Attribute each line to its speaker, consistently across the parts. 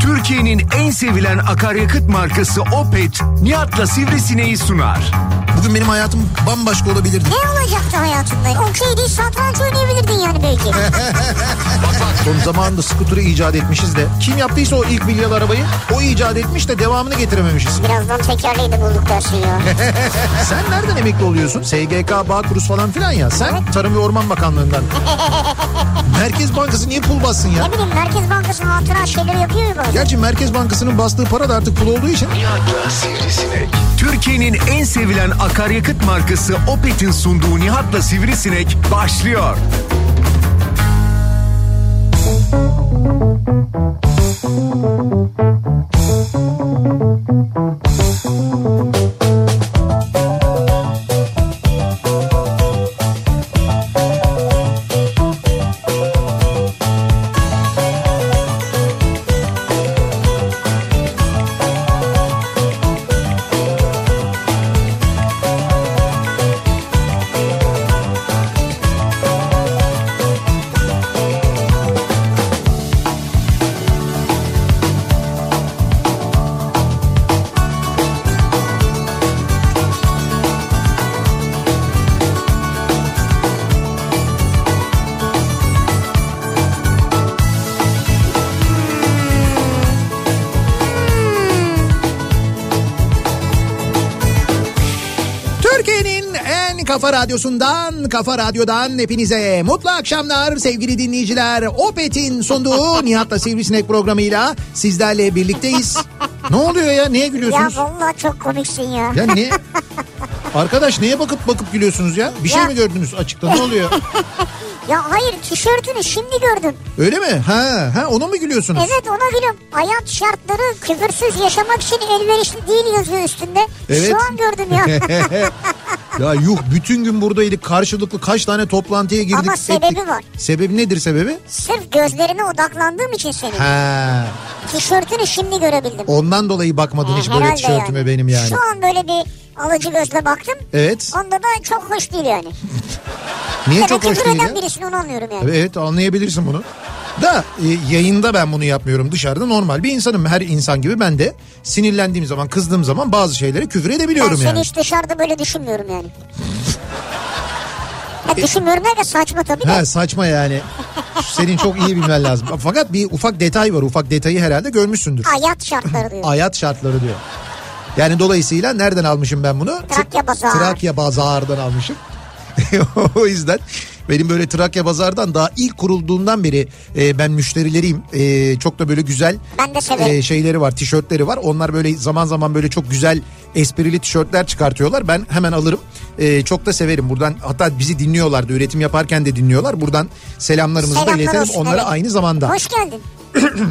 Speaker 1: Türkiye'nin en sevilen akaryakıt markası Opet, Nihat'la Sivrisineği sunar.
Speaker 2: Bugün benim hayatım bambaşka olabilirdi.
Speaker 3: Ne olacaktı hayatında? Okey değil satranç oynayabilirdin yani belki.
Speaker 2: Son zamanında skuturu icat etmişiz de. Kim yaptıysa o ilk milyar arabayı o icat etmiş de devamını getirememişiz.
Speaker 3: Birazdan tekerleği de bulduk dersin ya.
Speaker 2: Sen nereden emekli oluyorsun? SGK, Bağkuruz falan filan ya. Sen Tarım ve Orman Bakanlığından. Merkez Bankası niye pul bassın ya?
Speaker 3: ne bileyim Merkez Bankası'nın hatıra şeyleri yapıyor ya böyle.
Speaker 2: Gerçi Merkez Bankası'nın bastığı para da artık pul olduğu için
Speaker 1: Nihat'la Sivrisinek. Türkiye'nin en sevilen akaryakıt markası Opet'in sunduğu Nihat'la Sivrisinek başlıyor.
Speaker 2: Türkiye'nin en kafa radyosundan, kafa radyodan hepinize mutlu akşamlar sevgili dinleyiciler. Opet'in sunduğu Nihat'la Sivrisinek programıyla sizlerle birlikteyiz. ne oluyor ya? Neye
Speaker 3: Ya
Speaker 2: gülüyorsunuz?
Speaker 3: vallahi çok komiksin ya.
Speaker 2: Ya ne? Arkadaş neye bakıp bakıp gülüyorsunuz ya? Bir şey
Speaker 3: Ya.
Speaker 2: mi gördünüz açıkta? Ne oluyor?
Speaker 3: Ya hayır tişörtünü şimdi gördüm.
Speaker 2: Öyle mi? Ha, ha ona mı gülüyorsunuz?
Speaker 3: Evet ona gülüm. Hayat şartları küfürsüz yaşamak için elverişli değil yazıyor üstünde.
Speaker 2: Evet.
Speaker 3: Şu an gördüm ya.
Speaker 2: Ya yuh bütün gün buradaydık. Karşılıklı kaç tane toplantıya girdik.
Speaker 3: Ama sebebi
Speaker 2: ettik.
Speaker 3: var.
Speaker 2: Sebebi nedir sebebi?
Speaker 3: Sırf gözlerine odaklandığım için senin.
Speaker 2: Ha,
Speaker 3: Tişörtünü şimdi görebildim.
Speaker 2: ondan dolayı bakmadın hiç
Speaker 3: Ee,
Speaker 2: böyle
Speaker 3: herhalde
Speaker 2: tişörtüme benim yani.
Speaker 3: Şu an böyle bir alıcı gözle baktım.
Speaker 2: Evet.
Speaker 3: Onda da çok hoş değil yani.
Speaker 2: Niye
Speaker 3: Demek
Speaker 2: çok
Speaker 3: ki
Speaker 2: hoş değil ya?
Speaker 3: buradan birisini onu anlıyorum yani.
Speaker 2: Evet anlayabilirsin bunu. Da e, yayında ben bunu yapmıyorum. Dışarıda normal bir insanım. Her insan gibi ben de sinirlendiğim zaman, kızdığım zaman bazı şeylere küfür
Speaker 3: Ben
Speaker 2: edebiliyorum
Speaker 3: seni
Speaker 2: yani.
Speaker 3: hiç dışarıda böyle düşünmüyorum yani. Ya düşünmüyorum derken saçma tabii de.
Speaker 2: Ha saçma yani. Senin çok iyi bilmen lazım. Fakat bir ufak detay var. Ufak detayı herhalde görmüşsündür.
Speaker 3: Hayat şartları diyor.
Speaker 2: hayat şartları diyor. Yani dolayısıyla nereden almışım ben bunu?
Speaker 3: Trakya Bazar.
Speaker 2: Trakya Bazar'dan almışım. o yüzden benim böyle Trakya Bazar'dan daha ilk kurulduğundan beri e, ben müşterileriyim. E, çok da böyle güzel
Speaker 3: Ben de severim.
Speaker 2: e, şeyleri var, tişörtleri var. Onlar böyle zaman zaman böyle çok güzel esprili tişörtler çıkartıyorlar. Ben hemen alırım. E, çok da severim. Buradan hatta bizi dinliyorlar da üretim yaparken de dinliyorlar. Buradan selamlarımızı da
Speaker 3: Selamlar
Speaker 2: iletelim
Speaker 3: olsun,
Speaker 2: onlara
Speaker 3: evet.
Speaker 2: aynı zamanda.
Speaker 3: Hoş geldin.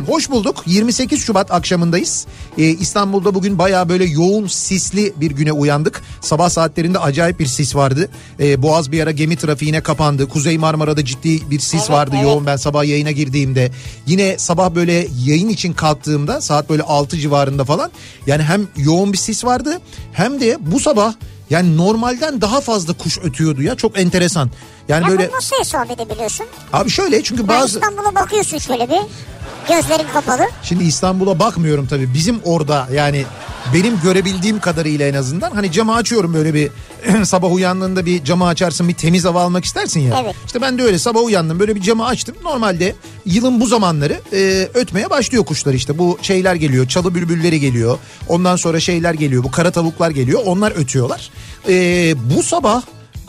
Speaker 2: Hoş bulduk. 28 Şubat akşamındayız. Ee, İstanbul'da bugün baya böyle yoğun sisli bir güne uyandık. Sabah saatlerinde acayip bir sis vardı. Ee, Boğaz bir ara gemi trafiğine kapandı. Kuzey Marmara'da ciddi bir sis
Speaker 3: Evet,
Speaker 2: vardı
Speaker 3: evet.
Speaker 2: yoğun. Ben sabah yayına girdiğimde yine sabah böyle yayın için kalktığımda saat böyle 6 civarında falan. Yani hem yoğun bir sis vardı hem de bu sabah yani normalden daha fazla kuş ötüyordu ya çok enteresan. Yani
Speaker 3: Ya
Speaker 2: böyle
Speaker 3: bunu nasıl hesap edebiliyorsun?
Speaker 2: abi şöyle çünkü
Speaker 3: Ben
Speaker 2: bazı
Speaker 3: İstanbul'a bakıyorsun şöyle bir. Gözlerin kapalı.
Speaker 2: Şimdi İstanbul'a bakmıyorum tabii. Bizim orada yani benim görebildiğim kadarıyla en azından hani camı açıyorum böyle bir sabah uyandığında bir camı açarsın bir temiz hava almak istersin ya.
Speaker 3: Evet.
Speaker 2: İşte ben de öyle sabah uyandım böyle bir camı açtım. Normalde yılın bu zamanları e, ötmeye başlıyor kuşlar işte. Bu şeyler geliyor çalı bülbülleri geliyor. Ondan sonra şeyler geliyor bu kara tavuklar geliyor onlar ötüyorlar. E, bu sabah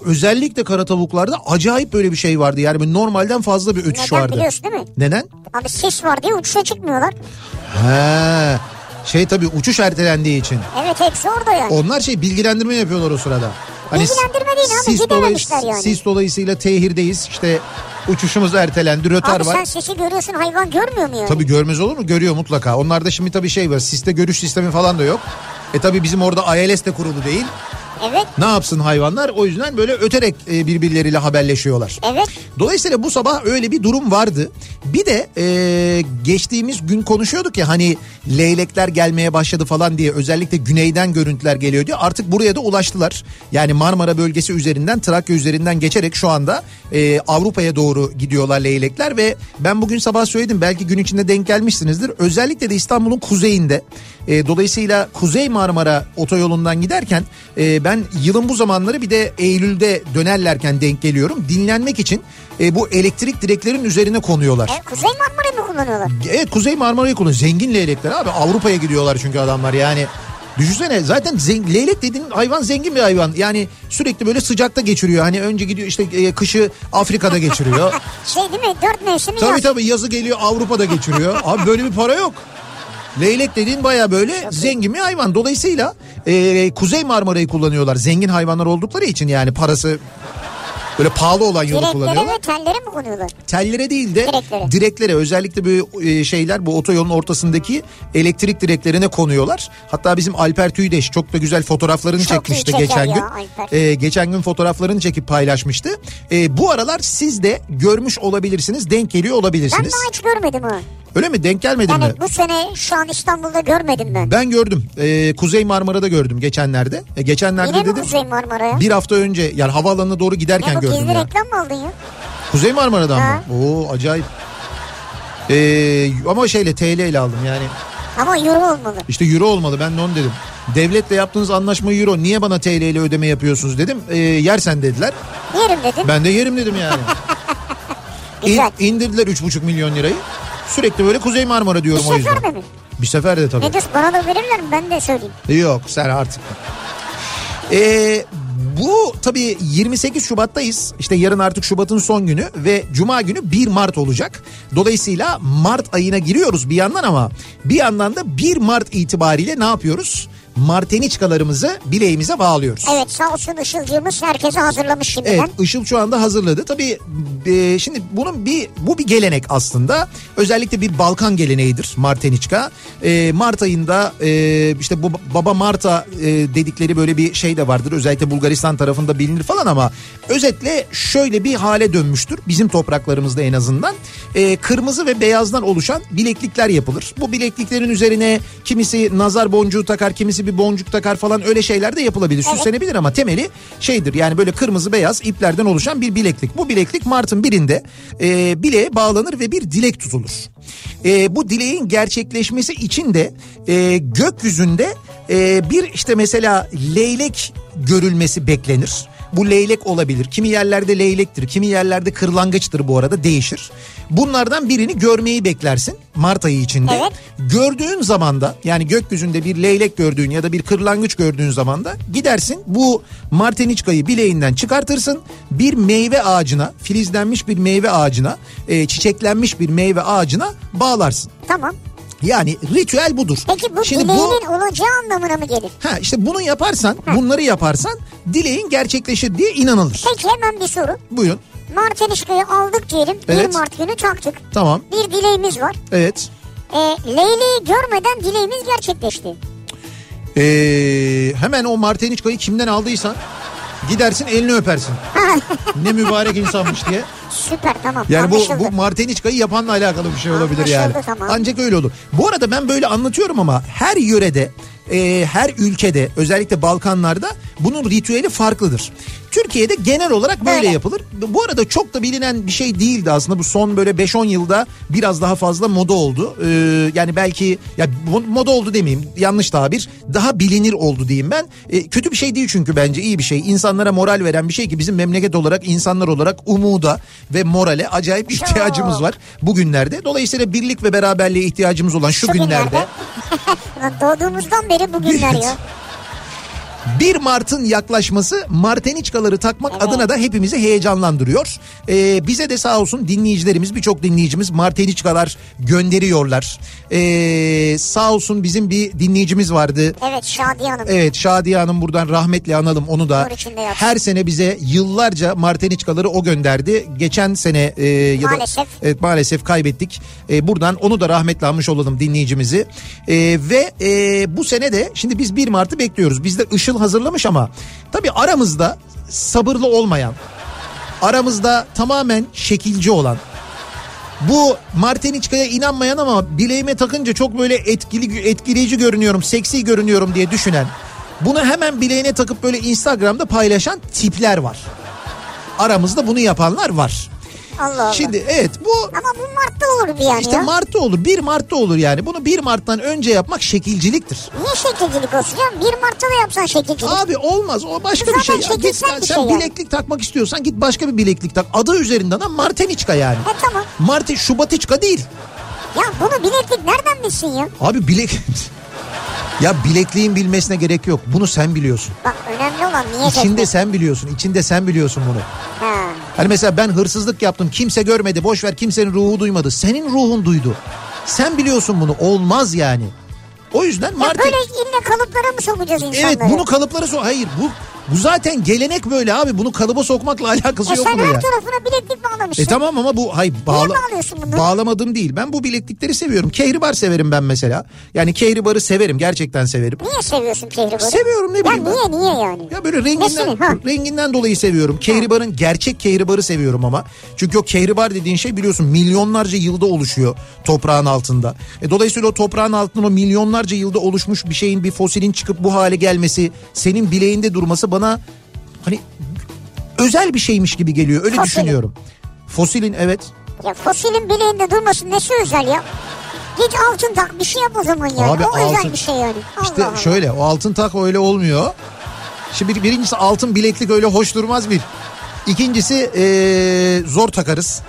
Speaker 2: özellikle kara tavuklarda acayip böyle bir şey vardı. Yani böyle normalden fazla bir ötüş
Speaker 3: Neden
Speaker 2: vardı.
Speaker 3: biliyorsun değil mi?
Speaker 2: Neden?
Speaker 3: Abi sis var diye uçuşa çıkmıyorlar.
Speaker 2: He. Şey tabii uçuş ertelendiği için.
Speaker 3: Evet hepsi orada yani.
Speaker 2: Onlar şey bilgilendirme yapıyorlar o sırada. Hani
Speaker 3: Bilgilendirme değil abi,
Speaker 2: sis
Speaker 3: gidememişler
Speaker 2: dolayı-
Speaker 3: yani.
Speaker 2: Sis dolayısıyla tehirdeyiz. İşte uçuşumuz ertelendi. Rötar
Speaker 3: Abi
Speaker 2: var.
Speaker 3: sen sesi görüyorsun hayvan görmüyor mu yani?
Speaker 2: Tabii görmez olur mu? Görüyor mutlaka. Onlarda şimdi tabii şey var. Siste görüş sistemi falan da yok. E tabii bizim orada ILS de kurulu değil.
Speaker 3: Evet.
Speaker 2: Ne yapsın hayvanlar? O yüzden böyle öterek e, birbirleriyle haberleşiyorlar.
Speaker 3: Evet.
Speaker 2: Dolayısıyla bu sabah öyle bir durum vardı. Bir de e, geçtiğimiz gün konuşuyorduk ya hani leylekler gelmeye başladı falan diye özellikle güneyden görüntüler geliyor diye artık buraya da ulaştılar. Yani Marmara bölgesi üzerinden Trakya üzerinden geçerek şu anda e, Avrupa'ya doğru gidiyorlar leylekler ve ben bugün sabah söyledim belki gün içinde denk gelmişsinizdir. Özellikle de İstanbul'un kuzeyinde e, dolayısıyla Kuzey Marmara otoyolundan giderken e, ben yılın bu zamanları bir de Eylül'de dönerlerken denk geliyorum. Dinlenmek için e, bu elektrik direklerin üzerine konuyorlar.
Speaker 3: E, Kuzey Marmara'yı mı kullanıyorlar?
Speaker 2: Evet Kuzey Marmara'yı kullanıyor. Zengin leylekler abi Avrupa'ya gidiyorlar çünkü adamlar yani. Düşünsene zaten zen- leylek dediğin hayvan zengin bir hayvan. Yani sürekli böyle sıcakta geçiriyor. Hani önce gidiyor işte e, kışı Afrika'da geçiriyor.
Speaker 3: Şey değil mi? Dört mevsimi
Speaker 2: tabii
Speaker 3: yaz.
Speaker 2: tabii yazı geliyor Avrupa'da geçiriyor. Abi böyle bir para yok. Leylek dediğin baya böyle zengin bir hayvan. Dolayısıyla e, Kuzey Marmara'yı kullanıyorlar. Zengin hayvanlar oldukları için yani parası böyle pahalı olan yolu
Speaker 3: Direklere
Speaker 2: kullanıyorlar
Speaker 3: ve tellere mi konuyorlar?
Speaker 2: tellere değil de
Speaker 3: Direklere.
Speaker 2: direklere, özellikle bu e, şeyler bu otoyolun ortasındaki elektrik direklerine konuyorlar. Hatta bizim Alper Tüydeş çok da güzel fotoğraflarını
Speaker 3: Çok iyi
Speaker 2: çekmişti
Speaker 3: çeker
Speaker 2: geçen
Speaker 3: ya
Speaker 2: gün.
Speaker 3: Alper.
Speaker 2: E, geçen gün fotoğraflarını çekip paylaşmıştı. E, bu aralar siz de görmüş olabilirsiniz, denk geliyor
Speaker 3: Ben
Speaker 2: olabilirsiniz.
Speaker 3: daha hiç görmedim ha.
Speaker 2: Öyle mi? Denk gelmedin mi?
Speaker 3: Yani Hani bu sene şu an İstanbul'da görmedim ben.
Speaker 2: Ben gördüm. E, Kuzey Marmara'da gördüm geçenlerde. E, geçenlerde
Speaker 3: Yine mi
Speaker 2: dedim.
Speaker 3: Kuzey Marmara'ya?
Speaker 2: Bir hafta önce yani havaalanına doğru giderken
Speaker 3: Ya bu
Speaker 2: gördüm
Speaker 3: gizli
Speaker 2: ya.
Speaker 3: reklam mı aldın ya?
Speaker 2: Kuzey Marmara'dan
Speaker 3: Ha.
Speaker 2: mı? Oo acayip. Ee, ama şeyle TL ile aldım yani.
Speaker 3: Ama euro olmalı.
Speaker 2: İşte euro olmalı ben de onu dedim. Devletle yaptığınız anlaşma euro niye bana TL ile ödeme yapıyorsunuz dedim. Ee, yersen dediler.
Speaker 3: Yerim dedin.
Speaker 2: Ben de yerim dedim yani.
Speaker 3: Güzel.
Speaker 2: indirdiler 3,5 milyon lirayı. Sürekli böyle Kuzey Marmara
Speaker 3: Bir
Speaker 2: diyorum o yüzden.
Speaker 3: sefer de mi?
Speaker 2: Bir sefer de tabii.
Speaker 3: Ne diyorsun bana da verirler mi? Ben de söyleyeyim.
Speaker 2: Yok sen artık. Ee, bu tabii 28 Şubat'tayız. İşte yarın artık Şubat'ın son günü ve Cuma günü 1 Mart olacak. Dolayısıyla Mart ayına giriyoruz bir yandan ama bir yandan da 1 Mart itibariyle ne yapıyoruz? Marteniçkalarımızı bileğimize bağlıyoruz.
Speaker 3: Evet sağ olsun Işılcığımız herkese hazırlamış şimdiden.
Speaker 2: Evet Işıl şu anda hazırladı. Tabii e, şimdi bunun bir bu bir gelenek aslında. Özellikle bir Balkan geleneğidir Marteniçka. E, Mart ayında e, işte bu Baba Marta e, dedikleri böyle bir şey de vardır. Özellikle Bulgaristan tarafında bilinir falan ama özetle şöyle bir hale dönmüştür. Bizim topraklarımızda en azından. E, kırmızı ve beyazdan oluşan bileklikler yapılır. Bu bilekliklerin üzerine kimisi nazar boncuğu takar, kimisi bir boncuk takar falan öyle şeyler de yapılabilir. Süslenebilir ama temeli şeydir yani böyle kırmızı beyaz iplerden oluşan bir bileklik. Bu bileklik Mart'ın birinde e, bileğe bağlanır ve bir dilek tutulur. E, bu dileğin gerçekleşmesi için de e, gökyüzünde e, bir işte mesela leylek görülmesi beklenir. Bu leylek olabilir. Kimi yerlerde leylektir, kimi yerlerde kırlangıçtır bu arada değişir. Bunlardan birini görmeyi beklersin Mart ayı içinde.
Speaker 3: Evet.
Speaker 2: Gördüğün zaman da yani gökyüzünde bir leylek gördüğün ya da bir kırlangıç gördüğün zaman da gidersin bu marteniçkayı bileğinden çıkartırsın. Bir meyve ağacına, filizlenmiş bir meyve ağacına, e, çiçeklenmiş bir meyve ağacına bağlarsın.
Speaker 3: Tamam.
Speaker 2: Yani ritüel budur.
Speaker 3: Peki bu dileğinin olacağı anlamına mı gelir?
Speaker 2: Ha işte bunu yaparsan, bunları yaparsan dileğin gerçekleşir diye inanılır.
Speaker 3: Peki hemen bir soru.
Speaker 2: Buyurun.
Speaker 3: Mart enişteyi aldık diyelim.
Speaker 2: Evet.
Speaker 3: 1 Mart günü taktık.
Speaker 2: Tamam.
Speaker 3: Bir dileğimiz var.
Speaker 2: Evet.
Speaker 3: E, Leyli'yi görmeden dileğimiz gerçekleşti.
Speaker 2: Ee, hemen o Marteniçka'yı kimden aldıysan gidersin elini öpersin. ne mübarek insanmış diye.
Speaker 3: Süper tamam
Speaker 2: Yani bu,
Speaker 3: anlaşıldı.
Speaker 2: bu Marteniçka'yı yapanla alakalı bir şey olabilir yani.
Speaker 3: Anlaşıldı, tamam.
Speaker 2: Ancak öyle olur. Bu arada ben böyle anlatıyorum ama her yörede e, her ülkede özellikle Balkanlarda bunun ritüeli farklıdır. Türkiye'de genel olarak böyle
Speaker 3: Öyle.
Speaker 2: yapılır. Bu arada çok da bilinen bir şey değildi aslında bu son böyle 5-10 yılda biraz daha fazla moda oldu. Ee, yani belki ya bu- moda oldu demeyeyim yanlış tabir daha bilinir oldu diyeyim ben. Ee, kötü bir şey değil çünkü bence iyi bir şey. İnsanlara moral veren bir şey ki bizim memleket olarak insanlar olarak umuda ve morale acayip ihtiyacımız var bugünlerde. Dolayısıyla birlik ve beraberliğe ihtiyacımız olan şu,
Speaker 3: Şu
Speaker 2: günlerde
Speaker 3: Lan doğduğumuzdan beri bugünler ya.
Speaker 2: 1 Mart'ın yaklaşması Marteniçkaları takmak adına da hepimizi heyecanlandırıyor. Ee, bize de sağ olsun dinleyicilerimiz birçok dinleyicimiz Marteniçkalar gönderiyorlar. Ee, sağ olsun bizim bir dinleyicimiz vardı.
Speaker 3: Evet Şadiye Hanım.
Speaker 2: Evet Şadiye Hanım buradan rahmetle analım onu da.
Speaker 3: Nur içinde yatsın.
Speaker 2: Her sene bize yıllarca Marteniçkaları o gönderdi. Geçen sene e, ya da
Speaker 3: Maalesef.
Speaker 2: evet, maalesef kaybettik. E, buradan onu da rahmetle anmış olalım dinleyicimizi. E, ve e, bu sene de şimdi biz 1 Mart'ı bekliyoruz. Bizde Işıl yıl hazırlamış ama tabii aramızda sabırlı olmayan, aramızda tamamen şekilci olan, bu Marteniçka'ya inanmayan ama bileğime takınca çok böyle etkili etkileyici görünüyorum, seksi görünüyorum diye düşünen, bunu hemen bileğine takıp böyle Instagram'da paylaşan tipler var. Aramızda bunu yapanlar var.
Speaker 3: Allah Allah.
Speaker 2: Şimdi evet bu
Speaker 3: Ama bu Mart'ta olurdu yani
Speaker 2: işte
Speaker 3: ya.
Speaker 2: Mart'ta olur. 1 Mart'ta olur yani. Bunu 1 Mart'tan önce yapmak şekilciliktir.
Speaker 3: Niye şekilcilik olsun ya? 1 Mart'ta da yapsan şekilcilik.
Speaker 2: Abi olmaz. O başka
Speaker 3: Zaten
Speaker 2: bir şey. ya.
Speaker 3: şekilsel
Speaker 2: Git sen,
Speaker 3: bir şey
Speaker 2: sen
Speaker 3: yani.
Speaker 2: bileklik takmak istiyorsan git başka bir bileklik tak. Adı üzerinden ama Marteniçka yani.
Speaker 3: E tamam.
Speaker 2: Marti Şubatiçka değil.
Speaker 3: Ya bunu bileklik nereden bilsin ya?
Speaker 2: Abi bilek Ya bilekliğin bilmesine gerek yok. Bunu sen biliyorsun.
Speaker 3: Bak önemli olan niye
Speaker 2: İçinde
Speaker 3: şekilcilik.
Speaker 2: sen biliyorsun. İçinde sen biliyorsun bunu.
Speaker 3: Ha.
Speaker 2: Hani mesela ben hırsızlık yaptım. Kimse görmedi. Boş ver kimsenin ruhu duymadı. Senin ruhun duydu. Sen biliyorsun bunu. Olmaz yani. O yüzden
Speaker 3: Ya
Speaker 2: Martin...
Speaker 3: böyle ille kalıplara mı sokacağız insanları?
Speaker 2: Evet bunu kalıplara sok. Hayır bu bu zaten gelenek böyle abi. Bunu kalıba sokmakla alakası şey
Speaker 3: E
Speaker 2: yok
Speaker 3: sen
Speaker 2: bunun
Speaker 3: her
Speaker 2: ya.
Speaker 3: tarafına bileklik bağlamışsın.
Speaker 2: E tamam ama bu hay bağla
Speaker 3: bağlıyorsun bunları?
Speaker 2: bağlamadım değil. Ben bu bileklikleri seviyorum. Kehribar severim ben mesela. Yani kehribarı severim. Gerçekten severim.
Speaker 3: Niye seviyorsun kehribarı?
Speaker 2: Seviyorum, ne bileyim
Speaker 3: Ya
Speaker 2: ben.
Speaker 3: niye niye yani?
Speaker 2: Ya böyle
Speaker 3: Nesini, ha?
Speaker 2: renginden, renginden dolayı seviyorum. Kehribar'ın gerçek kehribarı seviyorum ama. Çünkü o kehribar dediğin şey biliyorsun milyonlarca yılda oluşuyor toprağın altında. E dolayısıyla o toprağın altında o milyonlarca yılda oluşmuş bir şeyin bir fosilin çıkıp bu hale gelmesi, senin bileğinde durması bana hani özel bir şeymiş gibi geliyor. Öyle
Speaker 3: Fosilin.
Speaker 2: düşünüyorum. Fosilin evet.
Speaker 3: Ya fosilin bileğinde durmasın nesi özel ya? Git altın tak bir şey yap o zaman yani. o özel bir şey yani. Allah
Speaker 2: İşte
Speaker 3: Allah.
Speaker 2: şöyle o altın tak öyle olmuyor. Şimdi bir- birincisi altın bileklik öyle hoş durmaz bir. İkincisi ee, zor takarız.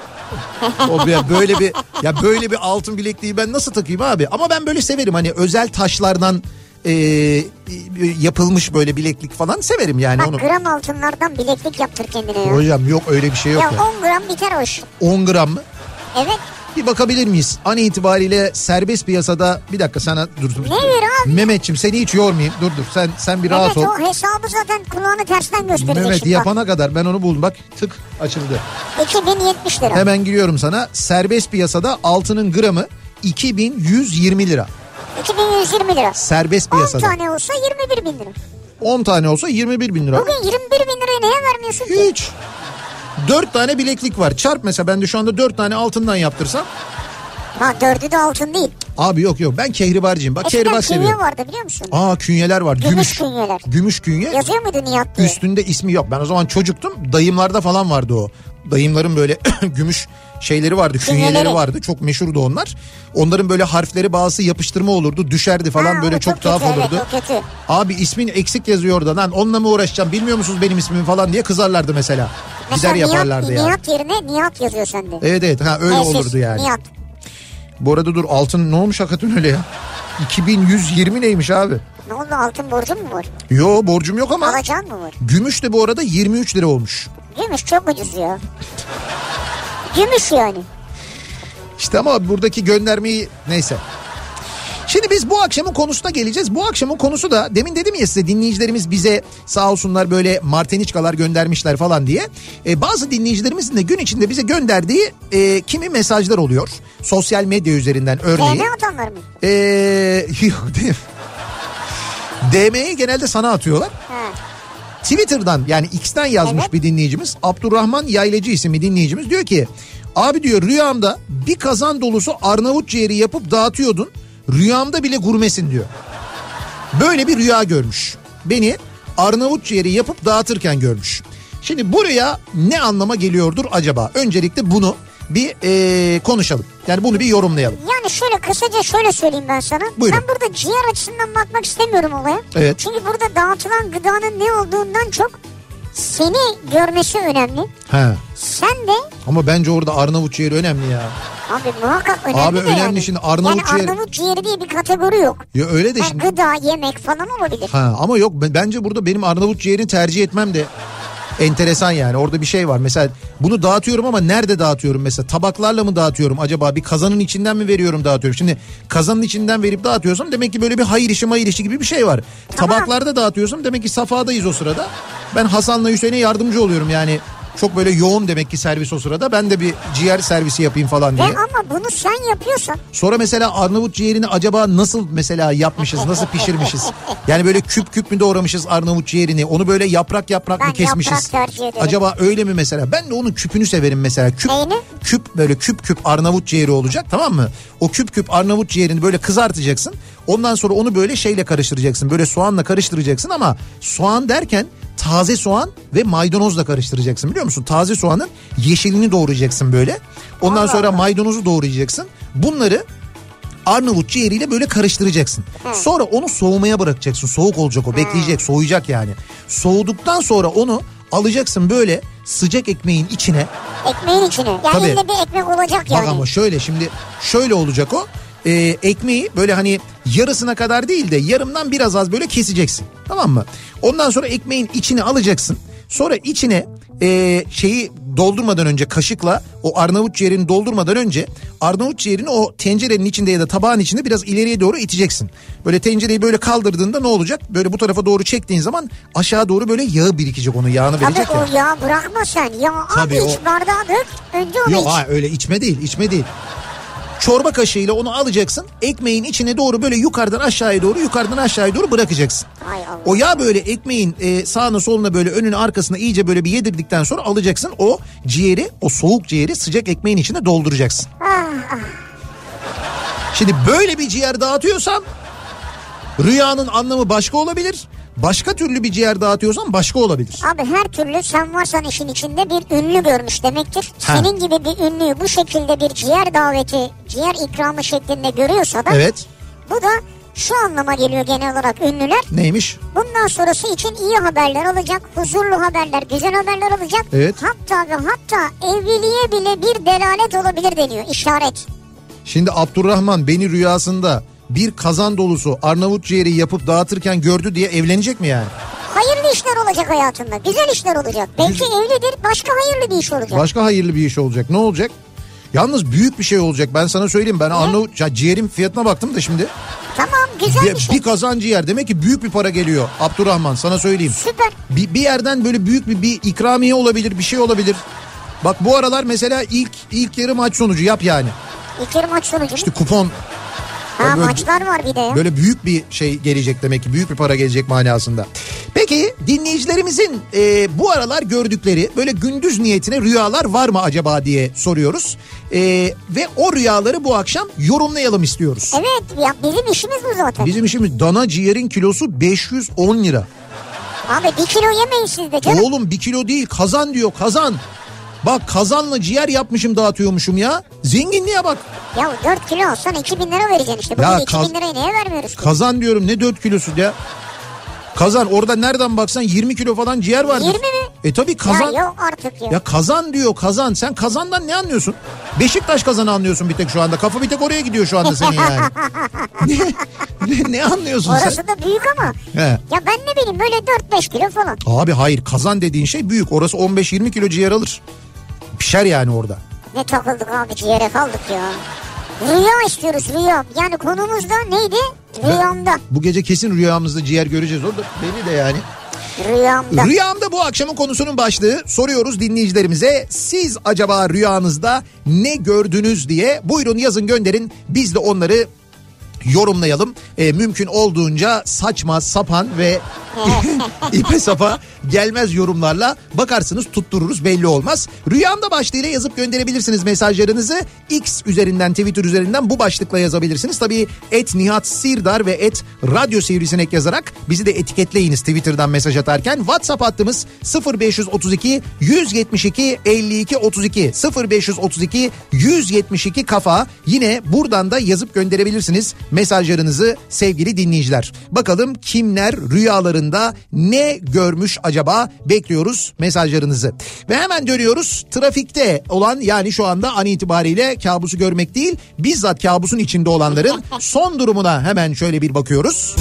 Speaker 2: o ya böyle bir ya böyle bir altın bilekliği ben nasıl takayım abi? Ama ben böyle severim hani özel taşlardan ee, yapılmış böyle bileklik falan severim yani
Speaker 3: Bak
Speaker 2: onu.
Speaker 3: gram altınlardan bileklik yaptır kendine ya.
Speaker 2: Hocam yok öyle bir şey yok
Speaker 3: ya
Speaker 2: ya.
Speaker 3: 10 gram biter o iş.
Speaker 2: 10 gram mı?
Speaker 3: Evet.
Speaker 2: Bir bakabilir miyiz? An itibariyle serbest piyasada bir dakika sana dur. dur.
Speaker 3: Nedir abi?
Speaker 2: Mehmetçim seni hiç yormayayım. Dur dur sen sen bir rahat
Speaker 3: evet
Speaker 2: ol.
Speaker 3: o hesabı zaten kulağını tersten gösterecek
Speaker 2: Mehmet
Speaker 3: şimdi bak.
Speaker 2: yapana kadar ben onu buldum bak tık açıldı.
Speaker 3: 2070 lira.
Speaker 2: Hemen giriyorum sana. Serbest piyasada altının gramı 2120 lira.
Speaker 3: 2120 lira.
Speaker 2: Serbest
Speaker 3: 10
Speaker 2: piyasada.
Speaker 3: tane olsa 21 bin lira.
Speaker 2: 10 tane olsa 21 bin lira.
Speaker 3: Bugün 21 bin lirayı neye vermiyorsun ki?
Speaker 2: Hiç. 4 tane bileklik var. Çarp mesela ben de şu anda 4 tane altından yaptırsam.
Speaker 3: Ha dördü de altın değil.
Speaker 2: Abi yok yok ben kehribarcıyım. Bak
Speaker 3: Eskiden
Speaker 2: kehribar
Speaker 3: E, künye
Speaker 2: seviyorum.
Speaker 3: vardı biliyor musun?
Speaker 2: Aa künyeler var.
Speaker 3: Gümüş
Speaker 2: Gümüş,
Speaker 3: künyeler.
Speaker 2: Gümüş künye.
Speaker 3: Yazıyor muydu Nihat diye?
Speaker 2: Üstünde ismi yok. Ben o zaman çocuktum. Dayımlarda falan vardı o. Dayımların böyle gümüş şeyleri vardı,
Speaker 3: Künyeleri.
Speaker 2: künyeleri vardı. Çok meşhurdu onlar. Onların böyle harfleri bazı yapıştırma olurdu, düşerdi falan
Speaker 3: Ha,
Speaker 2: böyle
Speaker 3: o
Speaker 2: çok,
Speaker 3: çok
Speaker 2: tuhaf
Speaker 3: kötü, evet,
Speaker 2: olurdu.
Speaker 3: o kötü.
Speaker 2: Abi ismin eksik yazıyor orada lan. Onunla mı uğraşacağım? Bilmiyor musunuz benim ismimi falan diye kızarlardı mesela.
Speaker 3: Mesela
Speaker 2: Gider yaparlardı
Speaker 3: Nihat,
Speaker 2: ya.
Speaker 3: Nihat yerine Nihat yazıyor sende.
Speaker 2: Evet evet ha öyle
Speaker 3: Elsiz,
Speaker 2: olurdu yani.
Speaker 3: Nihat.
Speaker 2: Bu arada dur altın ne olmuş hakikaten öyle ya? 2120 neymiş abi?
Speaker 3: Ne oldu altın borcun mu var?
Speaker 2: Yo borcum yok ama.
Speaker 3: Alacağın mı var?
Speaker 2: Gümüş de bu arada 23 lira olmuş.
Speaker 3: Gümüş çok ucuz ya. Gümüş yani.
Speaker 2: İşte ama buradaki göndermeyi neyse. Şimdi biz bu akşamın konusuna geleceğiz. Bu akşamın konusu da demin dedim ya size dinleyicilerimiz bize sağ olsunlar böyle marteniçkalar göndermişler falan diye. E, bazı dinleyicilerimizin de gün içinde bize gönderdiği e, kimi mesajlar oluyor. Sosyal medya üzerinden örneğin.
Speaker 3: DNA adamlar mı?
Speaker 2: E, yok değil mi? DM'yi genelde sana atıyorlar.
Speaker 3: Ha.
Speaker 2: Twitter'dan yani X'ten yazmış
Speaker 3: Evet.
Speaker 2: bir dinleyicimiz. Abdurrahman Yaylacı isimli dinleyicimiz diyor ki abi diyor rüyamda bir kazan dolusu Arnavut ciğeri yapıp dağıtıyordun. Rüyamda bile gurmesin diyor. Böyle bir rüya görmüş. Beni Arnavut ciğeri yapıp dağıtırken görmüş. Şimdi bu rüya ne anlama geliyordur acaba? Öncelikle bunu bir eee, konuşalım. Yani bunu bir yorumlayalım.
Speaker 3: Yani şöyle kısaca şöyle söyleyeyim ben sana.
Speaker 2: Buyurun.
Speaker 3: Ben burada ciğer açısından bakmak istemiyorum olaya.
Speaker 2: Evet.
Speaker 3: Çünkü burada dağıtılan gıdanın ne olduğundan çok seni görmesi önemli.
Speaker 2: He.
Speaker 3: Sen de
Speaker 2: Ama bence orada Arnavut ciğeri önemli ya.
Speaker 3: abi muhakkak önemli
Speaker 2: Abi
Speaker 3: de
Speaker 2: önemli
Speaker 3: yani.
Speaker 2: şimdi Arnavut
Speaker 3: yani
Speaker 2: ciğeri-
Speaker 3: Arnavut ciğeri diye bir kategori yok.
Speaker 2: Ya öyle de
Speaker 3: Yani
Speaker 2: şimdi
Speaker 3: gıda, yemek falan olabilir.
Speaker 2: Ha, ama yok b- bence burada benim Arnavut ciğerini tercih etmem de enteresan yani. Orada bir şey var. Mesela bunu dağıtıyorum ama nerede dağıtıyorum mesela? Tabaklarla mı dağıtıyorum acaba? Bir kazanın içinden mi veriyorum dağıtıyorum? Şimdi kazanın içinden verip dağıtıyorsam demek ki böyle bir hayır işi mayır işi gibi bir şey var. Tabaklarda dağıtıyorsam demek ki safadayız o sırada. Ben Hasan'la Hüseyin'e yardımcı oluyorum yani. Çok böyle yoğun demek ki servis o sırada. Ben de bir ciğer servisi yapayım falan
Speaker 3: Ve
Speaker 2: diye.
Speaker 3: E ama bunu sen yapıyorsan
Speaker 2: Sonra mesela Arnavut ciğerini acaba nasıl mesela yapmışız, nasıl pişirmişiz? Yani böyle küp küp mü doğramışız Arnavut ciğerini? Onu böyle yaprak yaprak
Speaker 3: Ben
Speaker 2: mı kesmişiz?
Speaker 3: yaprak tercih ederim.
Speaker 2: acaba öyle mi mesela? Ben de onun küpünü severim mesela. Küp,
Speaker 3: Neyini?
Speaker 2: küp böyle küp küp Arnavut ciğeri olacak tamam mı? O küp küp Arnavut ciğerini böyle kızartacaksın. Ondan sonra onu böyle şeyle karıştıracaksın. Böyle soğanla karıştıracaksın ama soğan derken taze soğan ve maydanozla karıştıracaksın biliyor musun? Taze soğanın yeşilini doğrayacaksın böyle. Ondan sonra maydanozu doğrayacaksın. Bunları Arnavut ciğeriyle böyle karıştıracaksın. Sonra onu soğumaya bırakacaksın. Soğuk olacak o bekleyecek soğuyacak yani. Soğuduktan sonra onu alacaksın böyle sıcak ekmeğin içine.
Speaker 3: ekmeğin içine. Yani
Speaker 2: Tabii.
Speaker 3: illa bir ekmek olacak
Speaker 2: Bak
Speaker 3: yani.
Speaker 2: ama şöyle şimdi şöyle olacak o. Ee, ekmeği böyle hani yarısına kadar değil de yarımdan biraz az böyle keseceksin. Tamam mı? Ondan sonra ekmeğin içini alacaksın. Sonra içine ee, şeyi doldurmadan önce kaşıkla o Arnavut ciğerini doldurmadan önce Arnavut ciğerini o tencerenin içinde ya da tabağın içinde biraz ileriye doğru iteceksin. Böyle tencereyi böyle kaldırdığında ne olacak? Böyle bu tarafa doğru çektiğin zaman aşağı doğru böyle yağı birikecek onu yağını
Speaker 3: Abi
Speaker 2: verecek ya.
Speaker 3: o yağ bırakma sen. Ya
Speaker 2: Tabii
Speaker 3: abi iç
Speaker 2: o-
Speaker 3: bardağı dök. Önce onu
Speaker 2: Yok
Speaker 3: iç.
Speaker 2: ha, öyle içme değil içme değil. Çorba kaşığıyla onu alacaksın. Ekmeğin içine doğru böyle yukarıdan aşağıya doğru yukarıdan aşağıya doğru bırakacaksın.
Speaker 3: Hay Allah.
Speaker 2: O yağ böyle ekmeğin e, sağına soluna böyle önüne arkasına iyice böyle bir yedirdikten sonra alacaksın. O ciğeri o soğuk ciğeri sıcak ekmeğin içine dolduracaksın.
Speaker 3: Ah, ah.
Speaker 2: Şimdi böyle bir ciğer dağıtıyorsam rüyanın anlamı başka olabilir. Başka türlü bir ciğer dağıtıyorsam başka olabilir.
Speaker 3: Abi her türlü sen varsan işin içinde bir ünlü görmüş demektir.
Speaker 2: Ha.
Speaker 3: Senin gibi bir ünlüyü bu şekilde bir ciğer daveti, ciğer ikramı şeklinde görüyorsa da
Speaker 2: Evet
Speaker 3: bu da şu anlama geliyor genel olarak ünlüler.
Speaker 2: neymiş?
Speaker 3: Bundan sonrası için iyi haberler alacak, huzurlu haberler, güzel haberler alacak.
Speaker 2: Evet.
Speaker 3: Hatta ve hatta evliliğe bile bir delalet olabilir deniyor, işaret.
Speaker 2: Şimdi Abdurrahman beni rüyasında bir kazan dolusu Arnavut ciğeri yapıp dağıtırken gördü diye evlenecek mi yani?
Speaker 3: Hayırlı işler olacak hayatında, güzel işler olacak. Belki evlidir, başka hayırlı bir iş olacak.
Speaker 2: Başka hayırlı bir iş olacak. Ne olacak? Yalnız büyük bir şey olacak. Ben sana söyleyeyim. Ben Arnavut ya ciğerin fiyatına baktım da şimdi.
Speaker 3: Tamam, güzel
Speaker 2: Ya
Speaker 3: bir şey.
Speaker 2: bir kazan ciğer demek ki büyük bir para geliyor. Abdurrahman sana söyleyeyim.
Speaker 3: Süper.
Speaker 2: Bir, bir yerden böyle büyük bir, bir ikramiye olabilir, bir şey olabilir. Bak bu aralar mesela ilk ilk yarı maç sonucu yap yani.
Speaker 3: İlker maç sonucu. mu?
Speaker 2: İşte kupon
Speaker 3: ha,
Speaker 2: böyle-
Speaker 3: maçlar var bir de ya.
Speaker 2: Böyle büyük bir şey gelecek demek ki büyük bir para gelecek manasında. Peki dinleyicilerimizin e, bu aralar gördükleri böyle gündüz niyetine rüyalar var mı acaba diye soruyoruz. E, ve o rüyaları bu akşam yorumlayalım istiyoruz.
Speaker 3: Evet ya bizim işimiz bu zaten.
Speaker 2: Bizim işimiz dana ciğerin kilosu 510 lira.
Speaker 3: Abi bir kilo yemeyin siz de canım.
Speaker 2: Oğlum bir kilo değil kazan diyor kazan. Bak kazanla ciğer yapmışım dağıtıyormuşum ya. Zenginliğe bak.
Speaker 3: Ya 4 kilo alsan 2000 lira vereceksin işte.
Speaker 2: Ya
Speaker 3: Bugün 2000
Speaker 2: kaz-
Speaker 3: lirayı neye vermiyoruz ki?
Speaker 2: Kazan diyorum ne 4 kilosu ya. Kazan orada nereden baksan 20 kilo falan ciğer vardır.
Speaker 3: 20 mi?
Speaker 2: E tabi kazan.
Speaker 3: Ya yok artık ya.
Speaker 2: Ya kazan diyor kazan. Sen kazandan ne anlıyorsun? Beşiktaş kazanı anlıyorsun bir tek şu anda. Kafa bir tek oraya gidiyor şu anda senin yani. ne, ne, ne anlıyorsun sen?
Speaker 3: Orası da büyük ama.
Speaker 2: He.
Speaker 3: Ya ben ne bileyim böyle 4-5 kilo falan.
Speaker 2: Abi hayır kazan dediğin şey büyük. Orası 15-20 kilo ciğer alır. Pişer yani orada.
Speaker 3: Ne takıldık abi ciğere kaldık ya. Rüya istiyoruz rüya. Yani konumuz da neydi? Rüyamda.
Speaker 2: Bu gece kesin rüyamızda ciğer göreceğiz. Orada beni de yani.
Speaker 3: Rüyamda.
Speaker 2: Rüyamda bu akşamın konusunun başlığı soruyoruz dinleyicilerimize. Siz acaba rüyanızda ne gördünüz diye buyurun yazın gönderin. Biz de onları yorumlayalım. E, mümkün olduğunca saçma sapan ve ipe sapa gelmez yorumlarla bakarsınız tuttururuz belli olmaz. Rüyamda başlığıyla yazıp gönderebilirsiniz mesajlarınızı. X üzerinden Twitter üzerinden bu başlıkla yazabilirsiniz. Tabii et Nihat Sirdar ve et Radyo Sivrisinek yazarak bizi de etiketleyiniz Twitter'dan mesaj atarken. WhatsApp hattımız 0532 172 52 32 0532 172 kafa yine buradan da yazıp gönderebilirsiniz mesajlarınızı sevgili dinleyiciler. Bakalım kimler rüyalarında ne görmüş acaba bekliyoruz mesajlarınızı. Ve hemen dönüyoruz trafikte olan yani şu anda an itibariyle kabusu görmek değil bizzat kabusun içinde olanların son durumuna hemen şöyle bir bakıyoruz.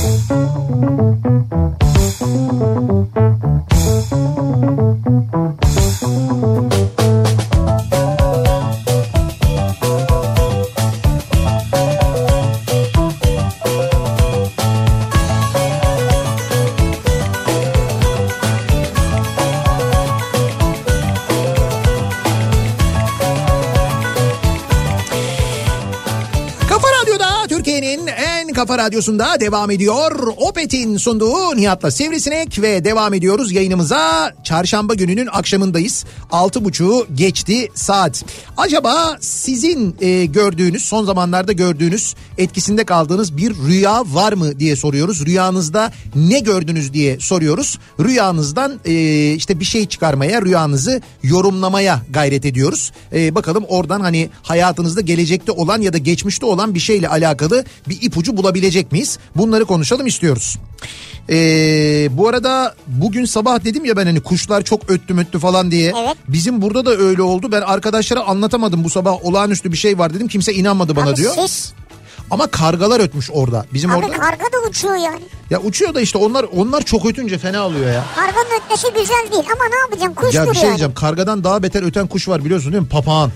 Speaker 2: Kafa Radyosu'nda devam ediyor. Opet'in sunduğu Nihat'la Sivrisinek ve devam ediyoruz yayınımıza. Çarşamba gününün akşamındayız. 6.30'u geçti saat. Acaba sizin e, gördüğünüz, son zamanlarda gördüğünüz, etkisinde kaldığınız bir rüya var mı diye soruyoruz. Rüyanızda ne gördünüz diye soruyoruz. Rüyanızdan e, işte bir şey çıkarmaya, rüyanızı yorumlamaya gayret ediyoruz. E, bakalım oradan hani hayatınızda gelecekte olan ya da geçmişte olan bir şeyle alakalı bir ipucu bulabilecek miyiz? Bunları konuşalım istiyoruz. E, bu arada bugün sabah dedim ya ben hani kuşlar çok öttü müttü falan diye.
Speaker 3: Evet.
Speaker 2: Bizim burada da öyle oldu. Ben arkadaşlara anlatamadım bu sabah olağanüstü bir şey var dedim. Kimse inanmadı bana
Speaker 3: Abi
Speaker 2: diyor.
Speaker 3: Siz,
Speaker 2: Ama kargalar ötmüş orada. Bizim
Speaker 3: abi
Speaker 2: orada.
Speaker 3: karga da uçuyor yani.
Speaker 2: Ya uçuyor da işte onlar onlar çok ötünce fena oluyor ya.
Speaker 3: Karganın ötmesi güzel değil ama ne yapacaksın? Kuş
Speaker 2: Ya bir şey
Speaker 3: yani.
Speaker 2: diyeceğim kargadan daha beter öten kuş var biliyorsun değil mi? Papağan.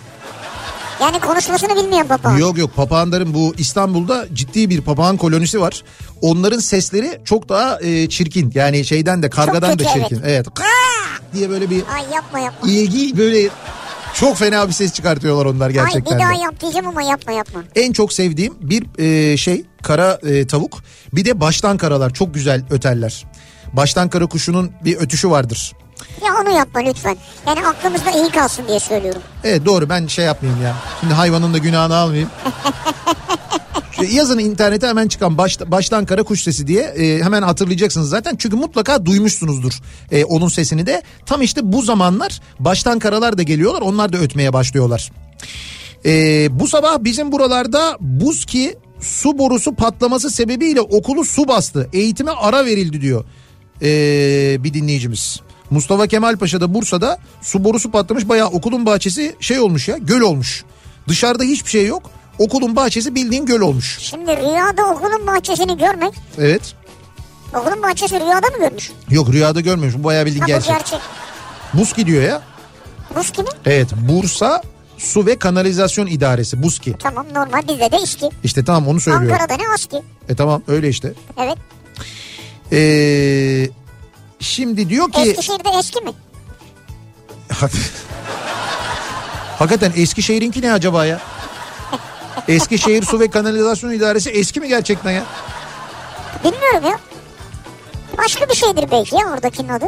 Speaker 3: Yani konuşmasını bilmiyor baba.
Speaker 2: Yok yok papağanların bu İstanbul'da ciddi bir papağan kolonisi var. Onların sesleri çok daha e, çirkin. Yani şeyden de kargadan
Speaker 3: kötü,
Speaker 2: da çirkin. Evet. Kaa! diye böyle bir
Speaker 3: Ay yapma yapma.
Speaker 2: ilgi böyle çok fena bir ses çıkartıyorlar onlar gerçekten.
Speaker 3: Ay bir
Speaker 2: de.
Speaker 3: daha yap diyeceğim ama yapma yapma.
Speaker 2: En çok sevdiğim bir e, şey kara e, tavuk. Bir de baştan karalar çok güzel öterler. Baştan kara kuşunun bir ötüşü vardır.
Speaker 3: Ya onu yapma lütfen. Yani aklımızda iyi kalsın diye söylüyorum.
Speaker 2: Evet doğru ben şey yapmayayım ya. Şimdi hayvanın da günahını almayayım. Şu Yazın internete hemen çıkan baş, baştan kara kuş sesi diye e, hemen hatırlayacaksınız zaten. Çünkü mutlaka duymuşsunuzdur e, onun sesini de. Tam işte bu zamanlar baştan karalar da geliyorlar onlar da ötmeye başlıyorlar. E, bu sabah bizim buralarda buz ki su borusu patlaması sebebiyle okulu su bastı. Eğitime ara verildi diyor e, bir dinleyicimiz. Mustafa Kemal Paşa'da Bursa'da su borusu patlamış bayağı okulun bahçesi şey olmuş ya göl olmuş. Dışarıda hiçbir şey yok. Okulun bahçesi bildiğin göl olmuş.
Speaker 3: Şimdi rüyada okulun bahçesini görmek.
Speaker 2: Evet.
Speaker 3: Okulun bahçesi rüyada mı görmüş?
Speaker 2: Yok rüyada görmüyormuş. Bu bayağı bildiğin
Speaker 3: Ha, bu
Speaker 2: gerçek.
Speaker 3: gerçek.
Speaker 2: Buz gidiyor ya.
Speaker 3: Buz gibi.
Speaker 2: Evet Bursa Su ve Kanalizasyon İdaresi Buski.
Speaker 3: Tamam normal bizde de içki.
Speaker 2: İşte tamam onu söylüyor.
Speaker 3: Ankara'da ne az ki?
Speaker 2: E tamam öyle işte.
Speaker 3: Evet.
Speaker 2: Ee, şimdi diyor ki
Speaker 3: Eskişehir'de eski mi?
Speaker 2: Hakikaten Eskişehir'inki ne acaba ya? Eskişehir Su ve Kanalizasyon İdaresi eski mi gerçekten ya?
Speaker 3: Bilmiyorum ya. Başka bir şeydir belki ya oradakinin adı.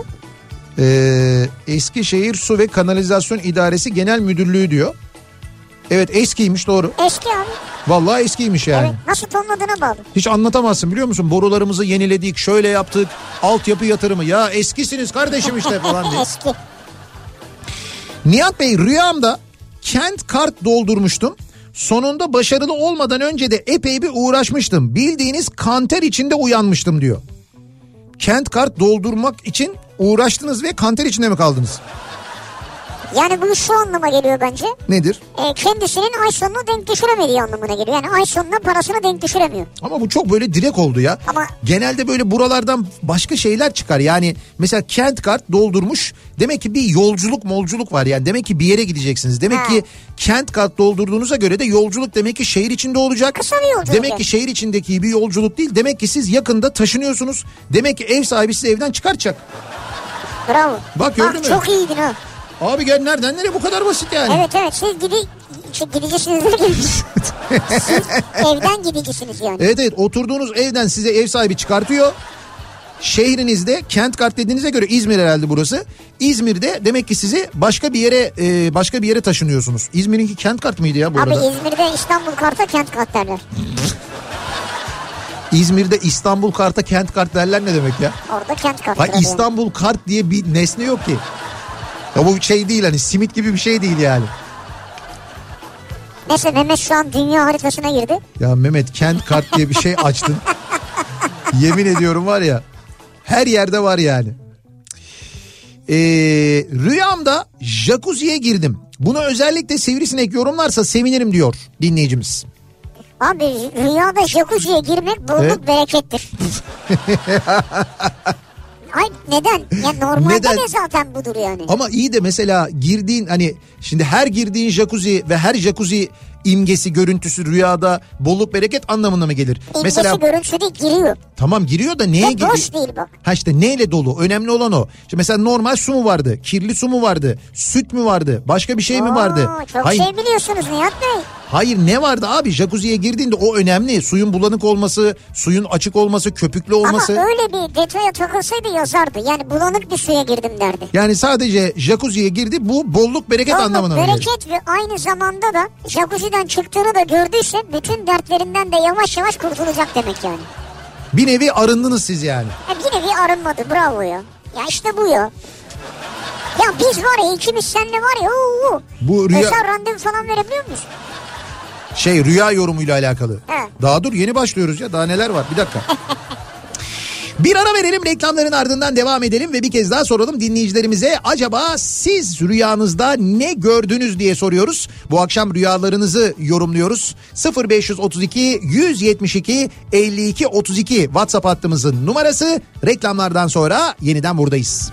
Speaker 2: Ee, Eskişehir Su ve Kanalizasyon İdaresi Genel Müdürlüğü diyor. Evet eskiymiş doğru.
Speaker 3: Eski abi.
Speaker 2: Vallahi eskiymiş yani.
Speaker 3: Evet. Nasıl tonladığına bağlı.
Speaker 2: Hiç anlatamazsın biliyor musun? Borularımızı yeniledik, şöyle yaptık, altyapı yatırımı. Ya eskisiniz kardeşim işte falan diye.
Speaker 3: eski.
Speaker 2: Nihat Bey rüyamda kent kart doldurmuştum. Sonunda başarılı olmadan önce de epey bir uğraşmıştım. Bildiğiniz kanter içinde uyanmıştım diyor. Kent kart doldurmak için uğraştınız ve kanter içinde mi kaldınız?
Speaker 3: Yani bu şu anlama geliyor bence.
Speaker 2: Nedir?
Speaker 3: E, kendisinin ay sonunu denk düşüremediği anlamına geliyor. Yani ay sonuna parasını denk düşüremiyor.
Speaker 2: Ama bu çok böyle direkt oldu ya.
Speaker 3: Ama-
Speaker 2: Genelde böyle buralardan başka şeyler çıkar. Yani mesela kent kart doldurmuş. Demek ki bir yolculuk molculuk var. Yani demek ki bir yere gideceksiniz. Demek
Speaker 3: Ha.
Speaker 2: ki kent kart doldurduğunuza göre de yolculuk demek ki şehir içinde olacak.
Speaker 3: Kısa bir yolculuk
Speaker 2: Demek
Speaker 3: yani.
Speaker 2: ki şehir içindeki bir yolculuk değil. Demek ki siz yakında taşınıyorsunuz. Demek ki ev sahibi sizi evden çıkartacak.
Speaker 3: Bravo.
Speaker 2: Bak gördün mü? Hani?
Speaker 3: Çok iyiydin ha.
Speaker 2: Abi gel nereden nereye bu kadar basit yani.
Speaker 3: Evet evet siz gidi şey, gidicisiniz değil mi? Siz evden gidicisiniz yani.
Speaker 2: Evet evet oturduğunuz evden size ev sahibi çıkartıyor. Şehrinizde kent kart dediğinize göre İzmir herhalde burası. İzmir'de demek ki sizi başka bir yere e, başka bir yere taşınıyorsunuz. İzmir'inki kent kart mıydı ya bu
Speaker 3: Abi
Speaker 2: arada?
Speaker 3: İzmir'de İstanbul karta kent kart derler.
Speaker 2: İzmir'de İstanbul karta kent kart derler ne demek ya?
Speaker 3: Orada kent kart.
Speaker 2: Ay
Speaker 3: derler.
Speaker 2: İstanbul kart diye bir nesne yok ki. Ya bu şey değil hani simit gibi bir şey değil yani.
Speaker 3: Neyse Mehmet şu an dünya haritasına girdi.
Speaker 2: Ya Mehmet kent kart diye bir şey açtın. Yemin ediyorum var ya her yerde var yani. Ee, rüyamda jacuzziye girdim. Bunu özellikle sivrisinek yorumlarsa sevinirim diyor dinleyicimiz.
Speaker 3: Abi rüyada jacuzziye girmek bolluk
Speaker 2: Evet.
Speaker 3: berekettir. Ay neden? Ya normalde
Speaker 2: Neden?
Speaker 3: de zaten budur yani.
Speaker 2: Ama iyi de mesela girdiğin hani şimdi her girdiğin jacuzzi ve her jacuzzi imgesi, görüntüsü rüyada bolluk bereket anlamına mı gelir?
Speaker 3: İlgisi görüntüsü değil giriyor.
Speaker 2: Tamam giriyor da neye
Speaker 3: Ve
Speaker 2: giriyor?
Speaker 3: boş değil bak.
Speaker 2: Ha işte neyle dolu? Önemli olan o. İşte mesela normal su mu vardı? Kirli su mu vardı? Süt mü vardı? Başka bir şey mi
Speaker 3: Oo,
Speaker 2: vardı?
Speaker 3: Çok
Speaker 2: hayır,
Speaker 3: şey biliyorsunuz Nihat Bey.
Speaker 2: hayır ne vardı abi? Jacuzziye girdiğinde o önemli. Suyun bulanık olması, suyun açık olması, köpüklü olması.
Speaker 3: Ama öyle bir detaya takılsaydı yazardı. Yani bulanık bir suya girdim derdi.
Speaker 2: Yani sadece jacuzziye girdi bu bolluk bereket
Speaker 3: Bolluk,
Speaker 2: anlamına mı gelir?
Speaker 3: bereket ve aynı zamanda da jacuzzi'den çıktığını da gördüyse bütün dertlerinden de yavaş yavaş kurtulacak demek yani.
Speaker 2: Bir nevi arındınız siz yani.
Speaker 3: Ya yine bir arınmadı bravo ya. Ya işte bu ya. Ya biz var ya ikimiz senle var ya uuu.
Speaker 2: Bu rüya-
Speaker 3: Mesela randevu falan verebiliyor muyuz?
Speaker 2: Şey rüya yorumuyla alakalı.
Speaker 3: Evet.
Speaker 2: Daha dur yeni başlıyoruz ya daha neler var bir dakika. Bir ara verelim reklamların ardından devam edelim ve bir kez daha soralım dinleyicilerimize acaba siz rüyanızda ne gördünüz diye soruyoruz. Bu akşam rüyalarınızı yorumluyoruz. 0532 172 52 32 WhatsApp hattımızın numarası reklamlardan sonra yeniden buradayız.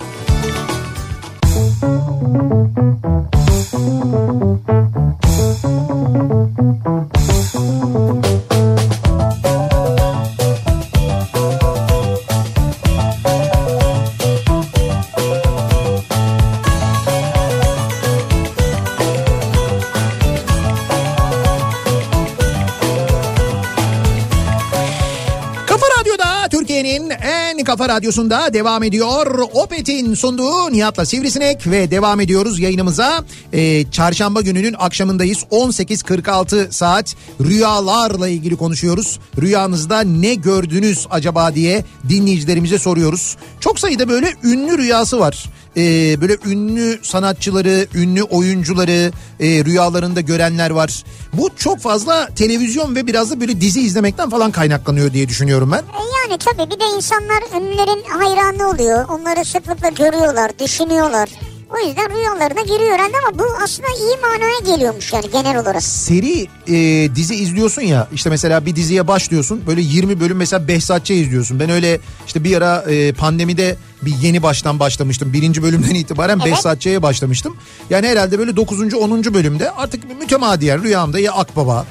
Speaker 2: Kafa Radyo'da Türkiye'nin en kafa radyosunda devam ediyor. Opet'in sunduğu Nihat'la Sivrisinek ve devam ediyoruz yayınımıza. Ee, çarşamba gününün akşamındayız. 18.46 saat rüyalarla ilgili konuşuyoruz. Rüyanızda ne gördünüz acaba diye dinleyicilerimize soruyoruz. Çok sayıda böyle ünlü rüyası var. Ee, böyle ünlü sanatçıları, ünlü oyuncuları e, rüyalarında görenler var. Bu çok fazla televizyon ve biraz da böyle dizi izlemekten falan kaynaklanıyor diye düşünüyorum ben.
Speaker 3: E yani tabii bir de insanlar ünlülerin hayranı oluyor. Onları sıklıkla görüyorlar, düşünüyorlar. O yüzden rüyalarına giriyor herhalde ama bu aslında iyi manaya geliyormuş yani genel olarak.
Speaker 2: Seri e, dizi izliyorsun ya işte mesela bir diziye başlıyorsun böyle 20 bölüm mesela Behzatçı izliyorsun. Ben öyle işte bir ara e, pandemide bir yeni baştan başlamıştım. Birinci bölümden itibaren
Speaker 3: Evet.
Speaker 2: Behzatçı'ya başlamıştım. Yani herhalde böyle 9. 10. bölümde artık mütemadiyen rüyamda ya Akbaba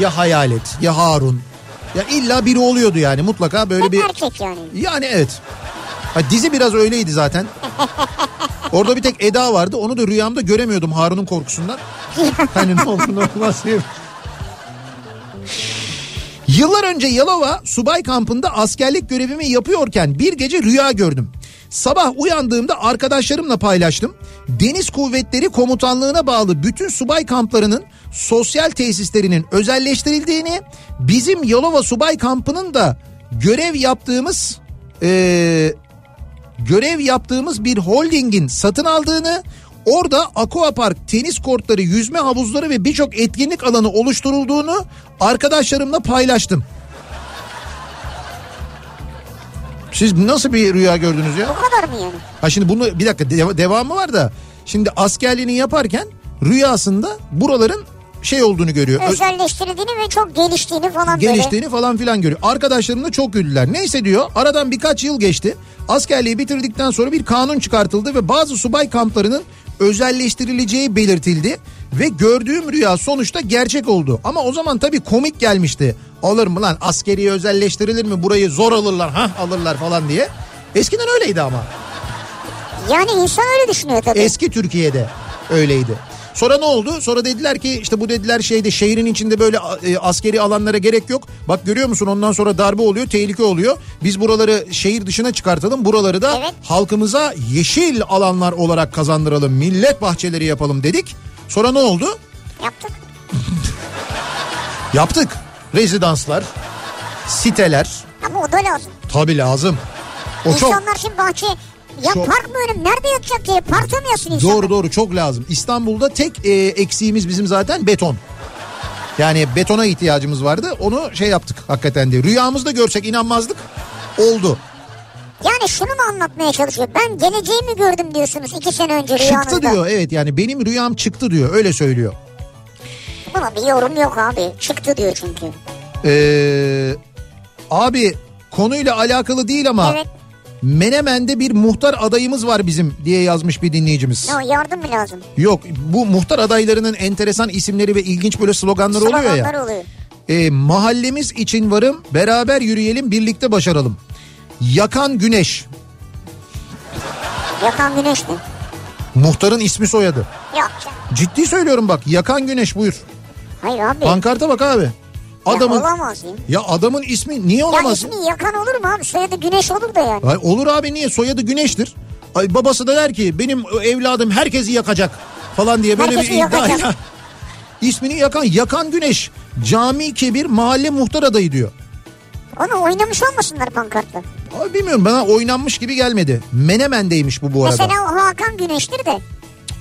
Speaker 2: ya Hayalet ya Harun ya illa biri oluyordu yani mutlaka böyle
Speaker 3: Hep
Speaker 2: bir...
Speaker 3: erkek yani.
Speaker 2: Yani evet. Ha, dizi biraz öyleydi zaten. Orada bir tek Eda vardı. Onu da rüyamda göremiyordum Harun'un korkusundan. Hani ne olur ne olmaz diye. Yıllar önce Yalova subay kampında askerlik görevimi yapıyorken bir gece rüya gördüm. Sabah uyandığımda arkadaşlarımla paylaştım. Deniz Kuvvetleri Komutanlığı'na bağlı bütün subay kamplarının sosyal tesislerinin özelleştirildiğini, bizim Yalova subay kampının da görev yaptığımız eee görev yaptığımız bir holdingin satın aldığını, orada aquapark, tenis kortları, yüzme havuzları ve birçok etkinlik alanı oluşturulduğunu arkadaşlarımla paylaştım. Siz nasıl bir rüya gördünüz ya?
Speaker 3: O kadar mı yani?
Speaker 2: Ha şimdi bunu bir dakika deva- devamı var da şimdi askerliğini yaparken rüyasında buraların şey olduğunu görüyor. Ö-
Speaker 3: Özelleştirildiğini ve çok geliştiğini falan böyle.
Speaker 2: geliştiğini falan filan görüyor. Arkadaşlarım da çok güldüler. Neyse diyor aradan birkaç yıl geçti. Askerliği bitirdikten sonra bir kanun çıkartıldı ve bazı subay kamplarının özelleştirileceği belirtildi. Ve gördüğüm rüya sonuçta gerçek oldu. Ama o zaman tabii komik gelmişti. Alır mı lan askeri özelleştirilir mi burayı zor alırlar ha alırlar falan diye. Eskiden öyleydi ama.
Speaker 3: Yani insan öyle düşünüyor tabii.
Speaker 2: Eski Türkiye'de öyleydi. Sonra ne oldu? Sonra dediler ki işte bu dediler şeyde şehrin içinde böyle e, askeri alanlara gerek yok. Bak görüyor musun ondan sonra darbe oluyor, tehlike oluyor. Biz buraları şehir dışına çıkartalım. Buraları da
Speaker 3: Evet.
Speaker 2: halkımıza yeşil alanlar olarak kazandıralım. Millet bahçeleri yapalım dedik. Sonra ne oldu?
Speaker 3: Yaptık.
Speaker 2: Yaptık. Rezidanslar, siteler.
Speaker 3: Ama o da lazım.
Speaker 2: Tabii lazım. O çok
Speaker 3: İnsanlar şimdi bahçe... Ya
Speaker 2: Çok.
Speaker 3: park mı önüm? Nerede yatacak diye parkta mı yatsın insanlar?
Speaker 2: Doğru doğru çok lazım. İstanbul'da tek e, eksiğimiz bizim zaten beton. Yani betona ihtiyacımız vardı. Onu şey yaptık hakikaten de. Rüyamızda görsek inanmazdık. Oldu.
Speaker 3: Yani şunu mu anlatmaya çalışıyor? Ben geleceğimi gördüm diyorsunuz iki sene önce rüyanızda.
Speaker 2: Çıktı diyor. Evet yani benim rüyam çıktı diyor. Öyle söylüyor.
Speaker 3: Buna bir yorum yok abi. Çıktı diyor çünkü.
Speaker 2: Ee, abi E, konuyla alakalı değil ama
Speaker 3: Evet.
Speaker 2: Menemen'de bir muhtar adayımız var bizim diye yazmış bir dinleyicimiz.
Speaker 3: Ne o yardım mı lazım?
Speaker 2: Yok bu muhtar adaylarının enteresan isimleri ve ilginç böyle sloganları oluyor ya.
Speaker 3: Sloganlar oluyor.
Speaker 2: E, mahallemiz için varım, beraber yürüyelim, birlikte başaralım. Yakan Güneş.
Speaker 3: Yakan güneş mi?
Speaker 2: Muhtarın ismi soyadı.
Speaker 3: Yok canım.
Speaker 2: Ciddi söylüyorum bak. Yakan Güneş buyur.
Speaker 3: Hayır abi.
Speaker 2: Pankarta bak abi.
Speaker 3: Adamın...
Speaker 2: Adamın
Speaker 3: Ya olamaz ya.
Speaker 2: ya adamın ismi niye
Speaker 3: Ya
Speaker 2: olamaz?
Speaker 3: ismi yakan olur mu abi? Soyadı güneş olur da yani.
Speaker 2: Ay, olur abi niye? Soyadı Güneş'tir. Ay babası da der ki benim e, evladım herkesi yakacak falan diye böyle
Speaker 3: Herkesi
Speaker 2: bir iddia.
Speaker 3: yakacak.
Speaker 2: İsmini yakan Yakan Güneş. Cami Kebir mahalle muhtar adayı diyor.
Speaker 3: Onu oynamış olmasınlar pankartla.
Speaker 2: Abi bilmiyorum bana oynanmış gibi gelmedi. Menemen'deymiş bu bu arada.
Speaker 3: Mesela o Hakan Güneş'tir de.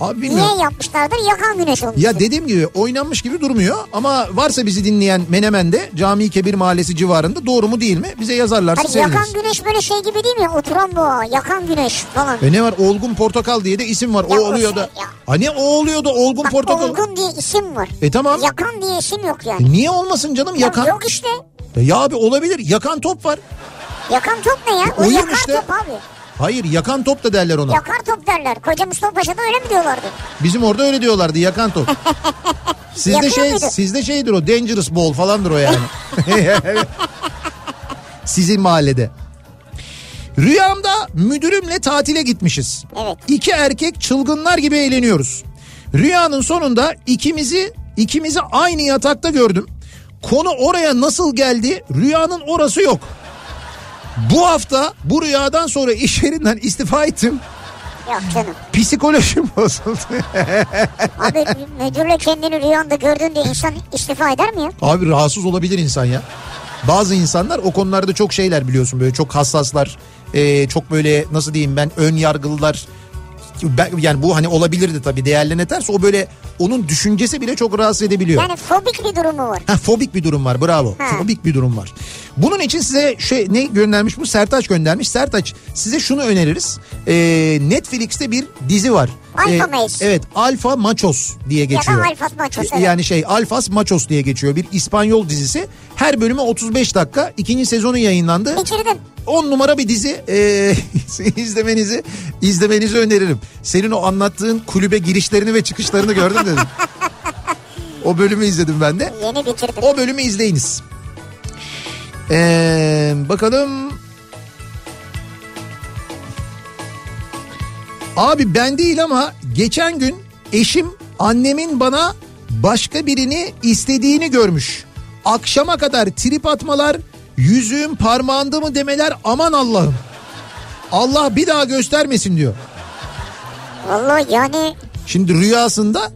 Speaker 2: Abi bilmiyorum.
Speaker 3: Niye yapmışlardır? Yakan Güneş olmuş.
Speaker 2: Ya dediğim gibi oynanmış gibi durmuyor ama varsa bizi dinleyen Menemen'de Cami Kebir Mahallesi civarında doğru mu değil mi? Bize yazarlarsa
Speaker 3: Hani yakan
Speaker 2: seviniriz.
Speaker 3: güneş böyle şey gibi değil mi? Oturan boğa, yakan güneş falan.
Speaker 2: E ne var Olgun Portakal diye de isim var.
Speaker 3: Ya
Speaker 2: o
Speaker 3: o
Speaker 2: oluyor da.
Speaker 3: şey ya.
Speaker 2: Hani o oluyor da Olgun
Speaker 3: Bak
Speaker 2: Portakal.
Speaker 3: olgun diye isim var.
Speaker 2: E tamam.
Speaker 3: Yakan diye isim yok yani.
Speaker 2: E Niye olmasın canım
Speaker 3: Ya
Speaker 2: yakan?
Speaker 3: Yok işte.
Speaker 2: E Ya abi olabilir. Yakan top var.
Speaker 3: Yakan top ne ya? O
Speaker 2: Oyun
Speaker 3: yakar
Speaker 2: işte.
Speaker 3: top abi.
Speaker 2: Hayır yakan top da derler ona.
Speaker 3: Yakar top derler. Koca Mustafa Paşa'da öyle mi diyorlardı?
Speaker 2: Bizim orada öyle diyorlardı yakan top. Sizde
Speaker 3: Yakıyor
Speaker 2: şey
Speaker 3: muydu?
Speaker 2: sizde şeydir o dangerous ball falandır o yani. Sizin mahallede. Rüyamda müdürümle tatile gitmişiz.
Speaker 3: Evet.
Speaker 2: İki erkek çılgınlar gibi eğleniyoruz. Rüyanın sonunda ikimizi ikimizi aynı yatakta gördüm. Konu oraya nasıl geldi? Rüyanın orası yok. Bu hafta bu rüyadan sonra iş yerinden istifa ettim.
Speaker 3: Yok canım.
Speaker 2: Psikolojim bozuldu.
Speaker 3: Abi müdürle kendini rüyanda gördüğünde insan istifa eder mi ya?
Speaker 2: Abi rahatsız olabilir insan ya. Bazı insanlar o konularda çok şeyler biliyorsun böyle çok hassaslar. Ee, çok böyle nasıl diyeyim ben ön yargılılar. Ben- yani bu hani olabilirdi tabii değerlerine ters. O böyle onun düşüncesi bile çok rahatsız edebiliyor.
Speaker 3: Yani fobik bir durumu var.
Speaker 2: Ha, fobik bir durum var bravo.
Speaker 3: Ha.
Speaker 2: Fobik bir durum var. Bunun için size şey ne göndermiş bu Sertaç göndermiş. Sertaç size şunu öneririz. Ee, Netflix'te bir dizi var.
Speaker 3: Alfa
Speaker 2: Ee,
Speaker 3: Maiz.
Speaker 2: Evet Alfa Machos diye geçiyor.
Speaker 3: Alfas Machos, evet.
Speaker 2: Yani şey Alfas Machos diye geçiyor. Bir İspanyol dizisi. Her bölümü 35 dakika. ikinci sezonu yayınlandı.
Speaker 3: Bitirdim.
Speaker 2: 10 numara bir dizi Ee, izlemenizi izlemenizi öneririm. Senin o anlattığın kulübe girişlerini ve çıkışlarını gördüm dedim. o bölümü izledim ben de.
Speaker 3: Yeni bitirdim.
Speaker 2: O bölümü izleyiniz. Ee, bakalım. Abi ben değil ama geçen gün eşim annemin bana başka birini istediğini görmüş. Akşama kadar trip atmalar, yüzüğüm parmağında mı demeler aman Allah'ım. Allah bir daha göstermesin diyor.
Speaker 3: Vallahi yani
Speaker 2: Şimdi rüyasında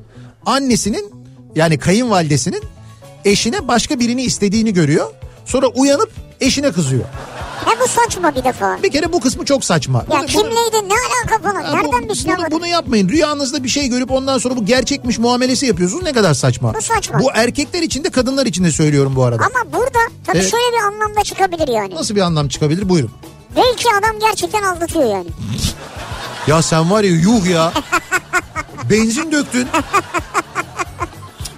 Speaker 2: annesinin yani kayınvalidesinin eşine başka birini istediğini görüyor. Sonra uyanıp eşine kızıyor.
Speaker 3: ne bu saçma bir defa.
Speaker 2: Bir kere bu kısmı çok saçma.
Speaker 3: Ya
Speaker 2: Bunu- bunu-
Speaker 3: kimleydi ne alaka falan.
Speaker 2: bu-
Speaker 3: Nereden bir şey
Speaker 2: bunu,
Speaker 3: anladın?
Speaker 2: bunu yapmayın. Rüyanızda bir şey görüp ondan sonra bu gerçekmiş muamelesi yapıyorsunuz. Ne kadar saçma.
Speaker 3: Bu saçma.
Speaker 2: Bu erkekler için de kadınlar için de söylüyorum bu arada.
Speaker 3: Ama burada tabii
Speaker 2: Evet.
Speaker 3: şöyle bir anlamda çıkabilir yani.
Speaker 2: Nasıl bir anlam çıkabilir? Buyurun.
Speaker 3: Belki adam gerçekten aldatıyor yani.
Speaker 2: Ya sen var ya yuh ya. Benzin döktün.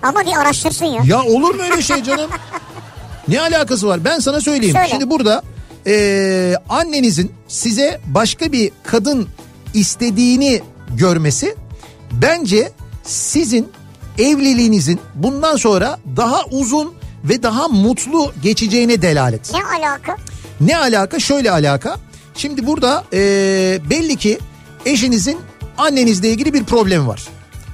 Speaker 3: Ama bir araştırsın ya.
Speaker 2: Ya olur mu öyle şey canım? Ne alakası var? Ben sana söyleyeyim.
Speaker 3: Söyle.
Speaker 2: Şimdi burada eee, annenizin size başka bir kadın istediğini görmesi bence sizin evliliğinizin bundan sonra daha uzun ve daha mutlu geçeceğine delalet.
Speaker 3: Ne alaka?
Speaker 2: Ne alaka? Şöyle alaka. Şimdi burada eee, belli ki eşinizin annenizle ilgili bir problemi var.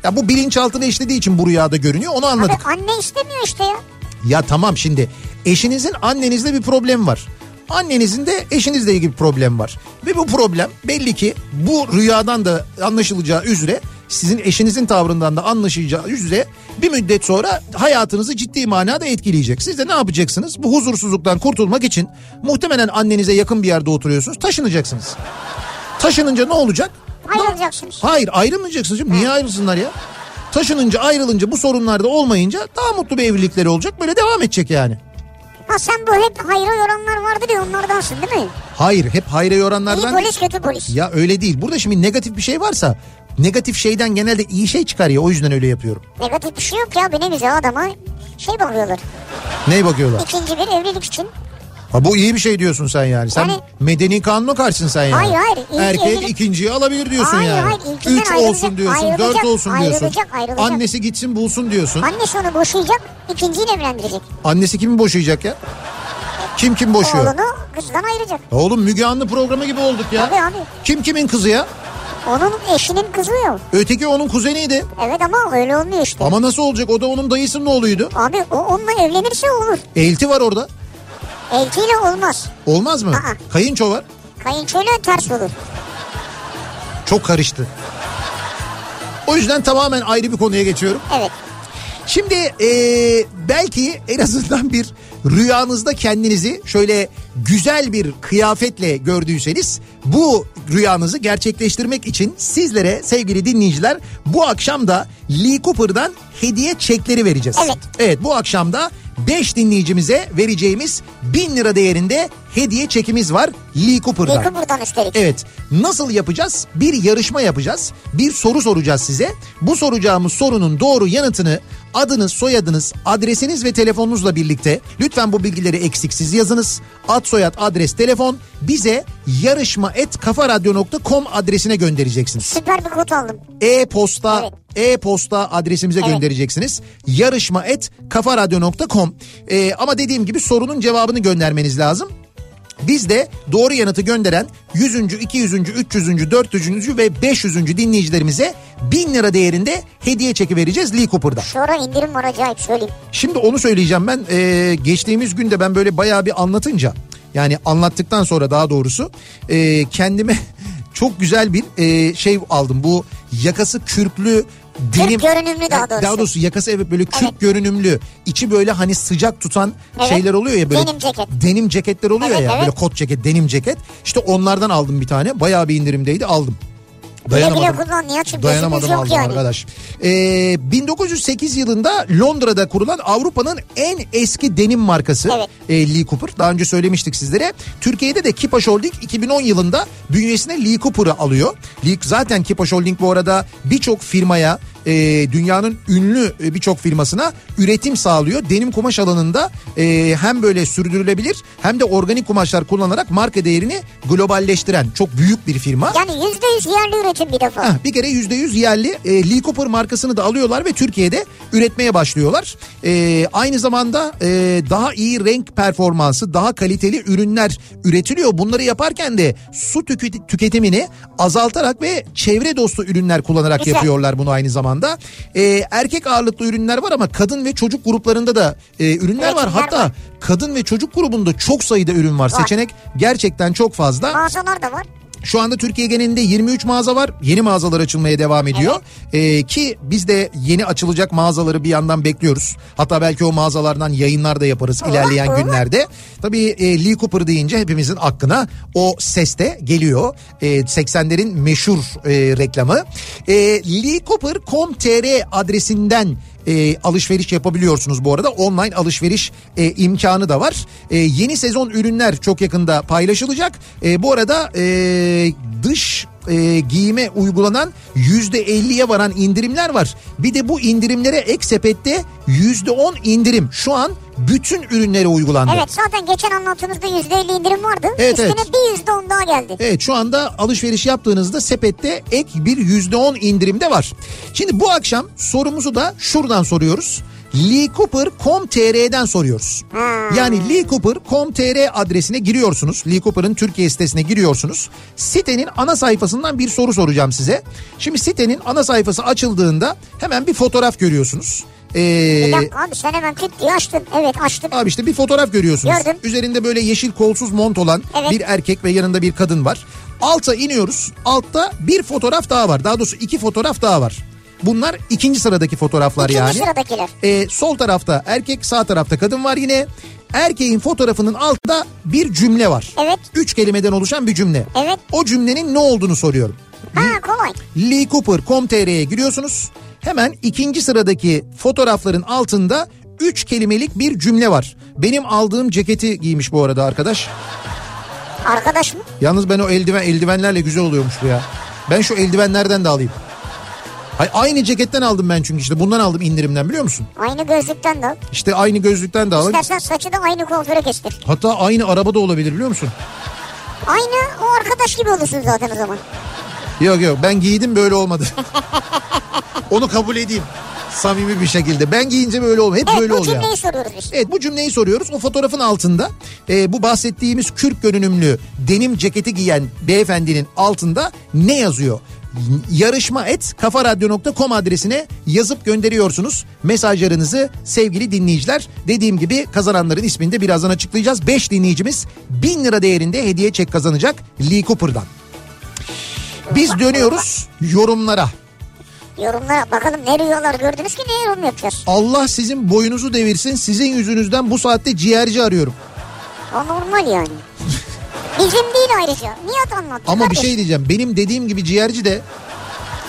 Speaker 2: Ya bu bilinçaltına işlediği için bu rüyada görünüyor. Onu anladık.
Speaker 3: Abi anne istemiyor işte ya.
Speaker 2: Ya tamam şimdi eşinizin annenizle bir problem var. Annenizin de eşinizle ilgili bir problem var. Ve bu problem belli ki bu rüyadan da anlaşılacağı üzere sizin eşinizin tavrından da anlaşılacağı üzere bir müddet sonra hayatınızı ciddi manada etkileyecek. Siz de ne yapacaksınız? Bu huzursuzluktan kurtulmak için muhtemelen annenize yakın bir yerde oturuyorsunuz. Taşınacaksınız. Taşınınca ne olacak?
Speaker 3: Ayrılacaksınız.
Speaker 2: Hayır ayrılmayacaksınız. canım. Niye ayrılsınlar ya? Taşınınca ayrılınca bu sorunlarda olmayınca daha mutlu bir evlilikleri olacak. Böyle devam edecek yani.
Speaker 3: Ha sen bu hep hayra yoranlar vardı diye onlardansın değil mi?
Speaker 2: Hayır hep hayra
Speaker 3: İyi
Speaker 2: yoranlardan...
Speaker 3: polis kötü polis.
Speaker 2: Ya öyle değil. Burada şimdi negatif bir şey varsa negatif şeyden genelde iyi şey çıkar ya o yüzden öyle yapıyorum.
Speaker 3: Negatif bir şey yok ya. Benim güzel adama şey bakıyorlar.
Speaker 2: Neye bakıyorlar?
Speaker 3: İkinci bir evlilik için
Speaker 2: Ha, bu iyi bir şey diyorsun sen yani. Sen
Speaker 3: Yani-
Speaker 2: medeni kanunu karşısın sen yani.
Speaker 3: Hayır, hayır. İlk
Speaker 2: Erkek
Speaker 3: evlilik-
Speaker 2: ikinciyi alabilir diyorsun
Speaker 3: Hayır,
Speaker 2: yani.
Speaker 3: hayır. İlkinden
Speaker 2: Üç
Speaker 3: ayrılacak,
Speaker 2: olsun diyorsun. Dört
Speaker 3: ayrılacak,
Speaker 2: olsun diyorsun.
Speaker 3: ayrılacak, ayrılacak.
Speaker 2: Annesi gitsin bulsun diyorsun.
Speaker 3: Annesi onu boşayacak, ikinciyle evlendirecek.
Speaker 2: Annesi kimi boşayacak ya? Kim kim boşuyor?
Speaker 3: Oğlunu kızdan ayıracak.
Speaker 2: Oğlum Müge Anlı programı gibi olduk ya.
Speaker 3: Tabii abi.
Speaker 2: Kim kimin kızı ya?
Speaker 3: Onun eşinin kızı yok.
Speaker 2: Öteki onun kuzeniydi.
Speaker 3: Evet ama öyle olmuyor işte.
Speaker 2: Ama nasıl olacak? O da onun dayısının oğluydu.
Speaker 3: Abi o onunla evlenirse olur.
Speaker 2: Elti var orada.
Speaker 3: Eltiyle olmaz.
Speaker 2: Olmaz mı?
Speaker 3: Aa.
Speaker 2: Kayınço var.
Speaker 3: Kayınçoyla ters olur.
Speaker 2: Çok karıştı. O yüzden tamamen ayrı bir konuya geçiyorum.
Speaker 3: Evet.
Speaker 2: Şimdi eee, belki en azından bir rüyanızda kendinizi şöyle güzel bir kıyafetle gördüyseniz bu rüyanızı gerçekleştirmek için sizlere sevgili dinleyiciler bu akşam da Lee Cooper'dan hediye çekleri vereceğiz.
Speaker 3: Evet.
Speaker 2: Evet bu akşam da 5 dinleyicimize vereceğimiz 1000 lira değerinde hediye çekimiz var Lee Cooper'dan.
Speaker 3: Yakın buradan üstelik.
Speaker 2: Evet. Nasıl yapacağız? Bir yarışma yapacağız. Bir soru soracağız size. Bu soracağımız sorunun doğru yanıtını adınız, soyadınız, adresiniz ve telefonunuzla birlikte lütfen bu bilgileri eksiksiz yazınız. Ad, soyad, adres, telefon bize yarışma et kafaradyo.com adresine göndereceksiniz.
Speaker 3: Süper bir kod aldım.
Speaker 2: E-posta e-posta adresimize göndereceksiniz. Yarışma et kafaradyo.com Ee, ama dediğim gibi sorunun cevabını göndermeniz lazım. Biz de doğru yanıtı gönderen 100. 200. 300. 400. ve 500. dinleyicilerimize 1000 lira değerinde hediye çeki vereceğiz Lee Cooper'da.
Speaker 3: Sonra indirim var acayip söyleyeyim.
Speaker 2: Şimdi onu söyleyeceğim ben Ee, geçtiğimiz günde ben böyle bayağı bir anlatınca yani anlattıktan sonra daha doğrusu ee, kendime çok güzel bir ee, şey aldım bu yakası kürklü
Speaker 3: Kürk
Speaker 2: denim.
Speaker 3: görünümlü daha doğrusu.
Speaker 2: Daha doğrusu yakası evet böyle kürk
Speaker 3: Evet.
Speaker 2: görünümlü içi böyle hani sıcak tutan
Speaker 3: Evet.
Speaker 2: şeyler oluyor ya böyle
Speaker 3: Denim ceket.
Speaker 2: denim ceketler oluyor
Speaker 3: Evet,
Speaker 2: ya
Speaker 3: evet.
Speaker 2: böyle kot ceket denim ceket işte onlardan aldım bir tane bayağı bir indirimdeydi aldım.
Speaker 3: Bile bile
Speaker 2: Dayanamadım.
Speaker 3: kullan ya çünkü
Speaker 2: Dayanamadım
Speaker 3: yok
Speaker 2: aldım
Speaker 3: yani.
Speaker 2: arkadaş. Ee, 1908 yılında Londra'da kurulan Avrupa'nın en eski denim markası
Speaker 3: Evet.
Speaker 2: e, Lee Cooper. Daha önce söylemiştik sizlere. Türkiye'de de Kipaş Holding 2010 yılında bünyesine Lee Cooper'ı alıyor. Lee, zaten Kipaş Holding bu arada birçok firmaya e, dünyanın ünlü e, birçok firmasına üretim sağlıyor. Denim kumaş alanında e, hem böyle sürdürülebilir hem de organik kumaşlar kullanarak marka değerini globalleştiren çok büyük bir firma.
Speaker 3: Yani yüzde yüz yerli üretim bir defa.
Speaker 2: Heh, bir kere %100 yerli e, Lee Cooper markasını da alıyorlar ve Türkiye'de üretmeye başlıyorlar. E, aynı zamanda e, daha iyi renk performansı, daha kaliteli ürünler üretiliyor. Bunları yaparken de su tükü- tüketimini azaltarak ve çevre dostu ürünler kullanarak
Speaker 3: Güzel.
Speaker 2: yapıyorlar bunu aynı zamanda. E, erkek ağırlıklı ürünler var ama kadın ve çocuk gruplarında da e, ürünler var.
Speaker 3: Üretimler
Speaker 2: Hatta
Speaker 3: var.
Speaker 2: kadın ve çocuk grubunda çok sayıda ürün var. Seçenek gerçekten çok fazla.
Speaker 3: Mağazalar da var.
Speaker 2: Şu anda Türkiye genelinde 23 mağaza var. Yeni mağazalar açılmaya devam ediyor. Ee, ki biz de yeni açılacak mağazaları bir yandan bekliyoruz. Hatta belki o mağazalardan yayınlar da yaparız ilerleyen
Speaker 3: olur.
Speaker 2: günlerde. Tabii e, Lee Cooper deyince hepimizin aklına o ses de geliyor. E, 80'lerin meşhur e, reklamı. E, LeeCooper.com.tr adresinden e, alışveriş yapabiliyorsunuz bu arada. Online alışveriş e, imkanı da var. E, yeni sezon ürünler çok yakında paylaşılacak. E, bu arada e, dış e, giyime uygulanan %50'ye varan indirimler var. Bir de bu indirimlere ek sepette %10 indirim. Şu an bütün ürünlere uygulandı.
Speaker 3: Evet zaten geçen anlattığımızda yüzde elli indirim vardı.
Speaker 2: Evet,
Speaker 3: Üstüne
Speaker 2: evet.
Speaker 3: bir yüzde on daha geldi.
Speaker 2: Evet şu anda alışveriş yaptığınızda sepette ek bir yüzde on indirimde var. Şimdi bu akşam sorumuzu da şuradan soruyoruz. LeeCooper.com.tr'den soruyoruz.
Speaker 3: Hmm.
Speaker 2: Yani LeeCooper.com.tr adresine giriyorsunuz. Lee Cooper'ın Türkiye sitesine giriyorsunuz. Sitenin ana sayfasından bir soru soracağım size. Şimdi sitenin ana sayfası açıldığında hemen bir fotoğraf görüyorsunuz. Ee,
Speaker 3: Bir dakika abi sen hemen küt diye açtın. Evet açtım.
Speaker 2: Abi işte bir fotoğraf görüyorsunuz.
Speaker 3: Gördüm.
Speaker 2: Üzerinde böyle yeşil kolsuz mont olan
Speaker 3: Evet.
Speaker 2: bir erkek ve yanında bir kadın var. Alta iniyoruz. Altta bir fotoğraf daha var. Daha doğrusu iki fotoğraf daha var. Bunlar ikinci sıradaki fotoğraflar
Speaker 3: İkinci
Speaker 2: yani.
Speaker 3: sıradakiler.
Speaker 2: Ee, sol tarafta erkek, sağ tarafta kadın var yine. Erkeğin fotoğrafının altında bir cümle var.
Speaker 3: Evet.
Speaker 2: Üç kelimeden oluşan bir cümle.
Speaker 3: Evet.
Speaker 2: O cümlenin ne olduğunu soruyorum.
Speaker 3: Ha kolay.
Speaker 2: Lee Cooper.com.tr'ye giriyorsunuz. Hemen ikinci sıradaki fotoğrafların altında 3 kelimelik bir cümle var. Benim aldığım ceketi giymiş bu arada arkadaş.
Speaker 3: Arkadaş mı?
Speaker 2: Yalnız ben o eldiven eldivenlerle güzel oluyormuş bu ya. Ben şu eldivenlerden de alayım. Hayır, aynı ceketten aldım ben çünkü işte bundan aldım indirimden biliyor musun?
Speaker 3: Aynı gözlükten de al.
Speaker 2: İşte aynı gözlükten de aldım.
Speaker 3: İstersen saçı da aynı kuaföre kestir.
Speaker 2: Hatta aynı araba da olabilir biliyor musun?
Speaker 3: Aynı o arkadaş gibi olursun zaten o zaman.
Speaker 2: Yok yok ben giydim böyle olmadı. Onu kabul edeyim. Samimi bir şekilde. Ben giyince böyle olmuyor. Hep
Speaker 3: Evet
Speaker 2: böyle
Speaker 3: bu
Speaker 2: oluyor.
Speaker 3: cümleyi soruyoruz biz.
Speaker 2: Evet bu cümleyi soruyoruz. O fotoğrafın altında e, bu bahsettiğimiz kürk görünümlü denim ceketi giyen beyefendinin altında ne yazıyor? Yarışma et kafaradyo.com adresine yazıp gönderiyorsunuz mesajlarınızı sevgili dinleyiciler. Dediğim gibi kazananların ismini de birazdan açıklayacağız. 5 dinleyicimiz 1000 lira değerinde hediye çek kazanacak Lee Cooper'dan. Biz dönüyoruz yorumlara.
Speaker 3: Yorumlara bakalım ne rüyalar gördünüz ki ne yorum yapacağız.
Speaker 2: Allah sizin boynunuzu devirsin sizin yüzünüzden bu saatte ciğerci arıyorum.
Speaker 3: O normal yani. Bizim değil ayrıca. Nihat anlattı.
Speaker 2: Ama bir
Speaker 3: kardeşim.
Speaker 2: şey diyeceğim benim dediğim gibi ciğerci de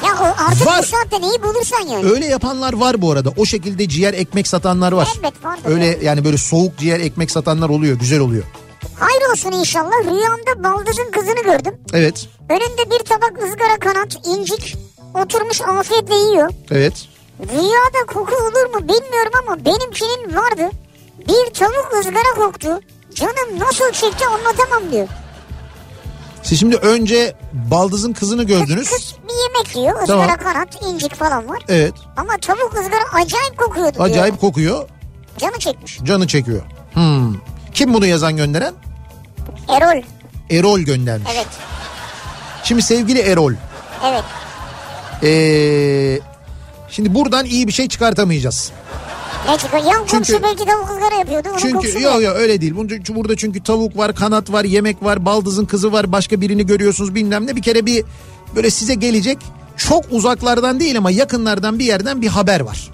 Speaker 3: Ya o artık
Speaker 2: Var.
Speaker 3: bu saatte neyi bulursan yani.
Speaker 2: öyle yapanlar var bu arada. O şekilde ciğer ekmek satanlar var.
Speaker 3: Elbet vardır
Speaker 2: Öyle
Speaker 3: ya.
Speaker 2: yani böyle soğuk ciğer ekmek satanlar oluyor güzel oluyor.
Speaker 3: Hayır olsun inşallah. Rüyamda baldızın kızını gördüm.
Speaker 2: Evet
Speaker 3: Önünde bir tabak ızgara kanat, incik. Oturmuş afiyetle yiyor.
Speaker 2: evet.
Speaker 3: Rüyada koku olur mu bilmiyorum ama benimkinin vardı. Bir tavuk ızgara koktu. Canım nasıl çekti anlatamam diyor.
Speaker 2: Siz şimdi önce baldızın kızını gördünüz.
Speaker 3: Kız bir yemek yiyor.
Speaker 2: Tamam.
Speaker 3: Izgara kanat, incik falan var.
Speaker 2: Evet
Speaker 3: Ama tavuk ızgara acayip kokuyordu diyor.
Speaker 2: acayip kokuyor
Speaker 3: Canı çekmiş.
Speaker 2: canı çekiyor. Hmm. Kim bunu yazan gönderen?
Speaker 3: Erol.
Speaker 2: Erol göndermiş.
Speaker 3: Evet.
Speaker 2: Şimdi sevgili Erol
Speaker 3: Evet.
Speaker 2: ee, şimdi buradan iyi bir şey çıkartamayacağız.
Speaker 3: Ne çıkıyor? Yan komşu
Speaker 2: Çünkü-
Speaker 3: belki tavuk ızgara yapıyordu. Onun kokusu
Speaker 2: Çünkü
Speaker 3: ne?
Speaker 2: yok yok öyle değil. Bunca, çünkü burada çünkü tavuk var, kanat var, yemek var, baldızın kızı var, başka birini görüyorsunuz bilmem ne. Bir kere bir böyle size gelecek çok uzaklardan değil ama yakınlardan bir yerden bir haber var.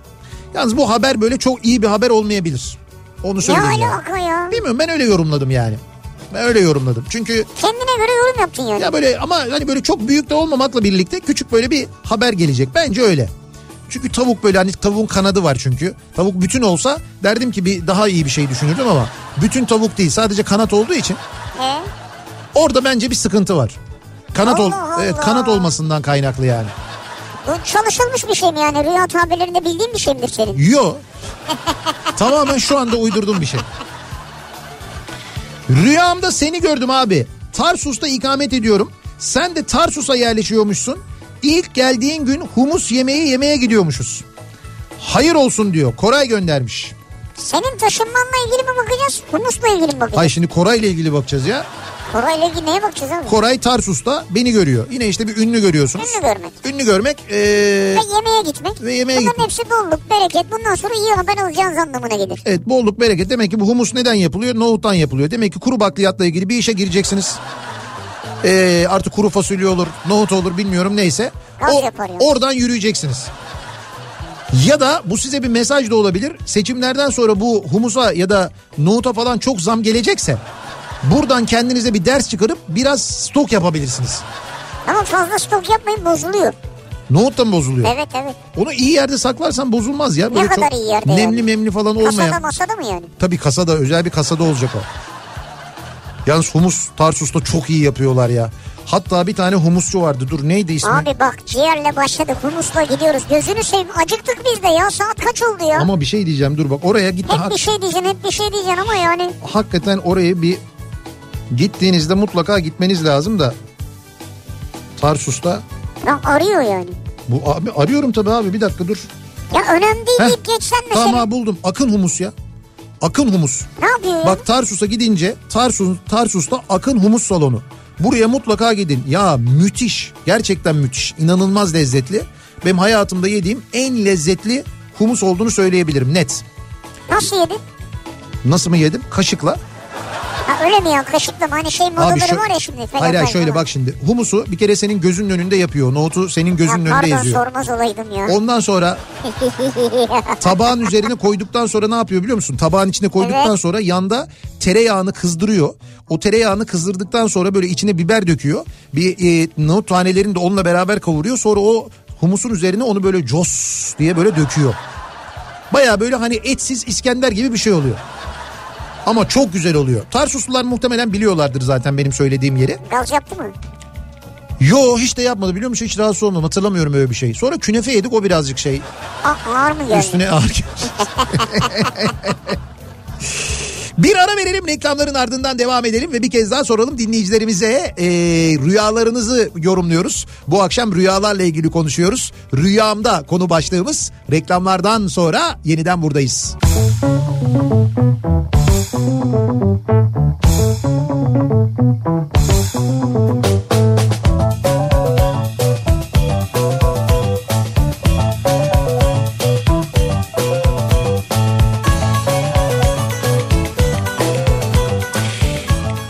Speaker 2: Yalnız bu haber böyle çok iyi bir haber olmayabilir. Onu
Speaker 3: Ne
Speaker 2: söyleyeyim ya.
Speaker 3: alaka ya?
Speaker 2: Bilmiyorum ben öyle yorumladım yani. Ben öyle yorumladım. Çünkü
Speaker 3: Kendine göre yorum yaptın yani.
Speaker 2: ya böyle ama hani böyle çok büyük de olmamakla birlikte küçük böyle bir haber gelecek. Bence öyle. Çünkü tavuk böyle hani tavuğun kanadı var çünkü. Tavuk bütün olsa derdim ki bir daha iyi bir şey düşünürdüm ama bütün tavuk değil sadece kanat olduğu için
Speaker 3: He?
Speaker 2: orada bence bir sıkıntı var. Kanat ol
Speaker 3: Allah Allah.
Speaker 2: evet kanat olmasından kaynaklı yani.
Speaker 3: Bu çalışılmış bir şey mi yani? Rüya tabirlerinde bildiğin bir şey midir senin?
Speaker 2: Yo. Tamamen şu anda uydurdum bir şey. Rüyamda seni gördüm abi. Tarsus'ta ikamet ediyorum. Sen de Tarsus'a yerleşiyormuşsun. İlk geldiğin gün humus yemeği yemeye gidiyormuşuz. Hayır olsun diyor. Koray göndermiş.
Speaker 3: Senin taşınmanla ilgili mi bakacağız? Humusla ilgili mi bakacağız?
Speaker 2: Ay şimdi Koray'la ilgili bakacağız ya.
Speaker 3: Orayla ilgili neye bakacağız abi?
Speaker 2: Koray Tarsus'ta beni görüyor. Yine işte bir ünlü görüyorsunuz.
Speaker 3: Ünlü görmek.
Speaker 2: Ünlü görmek ee,
Speaker 3: Ve yemeğe gitmek.
Speaker 2: E- Ve yemeğe
Speaker 3: Bunların
Speaker 2: gitmek.
Speaker 3: hepsi bolluk, bereket. Bundan sonra iyi haber alacağınız anlamına gelir.
Speaker 2: Evet bolluk bereket demek ki bu humus neden yapılıyor? Nohuttan yapılıyor. Demek ki kuru bakliyatla ilgili bir işe gireceksiniz. Ee, artık kuru fasulye olur, nohut olur bilmiyorum neyse.
Speaker 3: Gaz yapar yani.
Speaker 2: Oradan yürüyeceksiniz. Ya da bu size bir mesaj da olabilir. Seçimlerden sonra bu humusa ya da nohuta falan çok zam gelecekse buradan kendinize bir ders çıkarıp biraz stok yapabilirsiniz.
Speaker 3: Ama fazla stok yapmayın bozuluyor.
Speaker 2: Nohut da mı bozuluyor?
Speaker 3: Evet evet.
Speaker 2: Onu iyi yerde saklarsan bozulmaz ya. Böyle
Speaker 3: kadar
Speaker 2: çok
Speaker 3: iyi yerde
Speaker 2: Nemli
Speaker 3: yani?
Speaker 2: memli falan olmayan.
Speaker 3: Kasada masada mı yani?
Speaker 2: Tabii kasada özel bir kasada olacak o. Yalnız humus Tarsus'ta çok iyi yapıyorlar ya. Hatta bir tane humusçu vardı. Dur neydi ismi?
Speaker 3: Abi bak ciğerle başladık humusla gidiyoruz. Gözünü seveyim acıktık biz de ya saat kaç oldu ya?
Speaker 2: Ama bir şey diyeceğim dur bak oraya git.
Speaker 3: hep bir şey diyeceksin hep bir şey diyeceksin ama yani.
Speaker 2: Hakikaten oraya bir gittiğinizde mutlaka gitmeniz lazım da. Tarsus'ta
Speaker 3: Ya arıyor yani.
Speaker 2: bu abi arıyorum tabii abi bir dakika dur.
Speaker 3: Ya önemli değil
Speaker 2: Heh.
Speaker 3: deyip geçsen de
Speaker 2: Tamam
Speaker 3: senin-
Speaker 2: abi, buldum. Akın humus ya. Akın humus.
Speaker 3: Ne yapıyor ya?
Speaker 2: Bak Tarsus'a gidince Tarsus, Tarsus'ta Akın Humus Salonu. Buraya mutlaka gidin. Ya müthiş. Gerçekten müthiş. İnanılmaz lezzetli. Benim hayatımda yediğim en lezzetli humus olduğunu söyleyebilirim net.
Speaker 3: Nasıl yedin?
Speaker 2: Nasıl mı yedim? Kaşıkla.
Speaker 3: Ha, öyle mi ya kaşıkla mı? Hani şey modaları
Speaker 2: şö-
Speaker 3: var ya şimdi. falan
Speaker 2: Hayır hayır
Speaker 3: falan.
Speaker 2: şöyle bak şimdi. Humusu bir kere senin gözünün önünde yapıyor. Nohutu senin
Speaker 3: Ya
Speaker 2: gözünün önünde
Speaker 3: pardon
Speaker 2: yazıyor.
Speaker 3: sormaz olaydım ya.
Speaker 2: Ondan sonra tabağın üzerine koyduktan sonra ne yapıyor biliyor musun? Tabağın içine koyduktan
Speaker 3: Evet.
Speaker 2: sonra yanda tereyağını kızdırıyor. O tereyağını kızdırdıktan sonra böyle içine biber döküyor. Bir e, nohut tanelerini de onunla beraber kavuruyor. Sonra o humusun üzerine onu böyle cos diye böyle döküyor. Baya böyle hani etsiz İskender gibi bir şey oluyor. Ama çok güzel oluyor. Tarsuslular muhtemelen biliyorlardır zaten benim söylediğim yeri.
Speaker 3: Gaz yaptı mı?
Speaker 2: Yo hiç de yapmadı biliyor musun? Hiç rahatsız olmadım. Hatırlamıyorum öyle bir şey. Sonra künefe yedik o birazcık şey.
Speaker 3: A- ağır mı geldi?
Speaker 2: Üstüne ağır geldi. Bir ara verelim reklamların ardından devam edelim ve bir kez daha soralım dinleyicilerimize e, rüyalarınızı yorumluyoruz. Bu akşam rüyalarla ilgili konuşuyoruz. Rüyamda konu başlığımız reklamlardan sonra yeniden buradayız.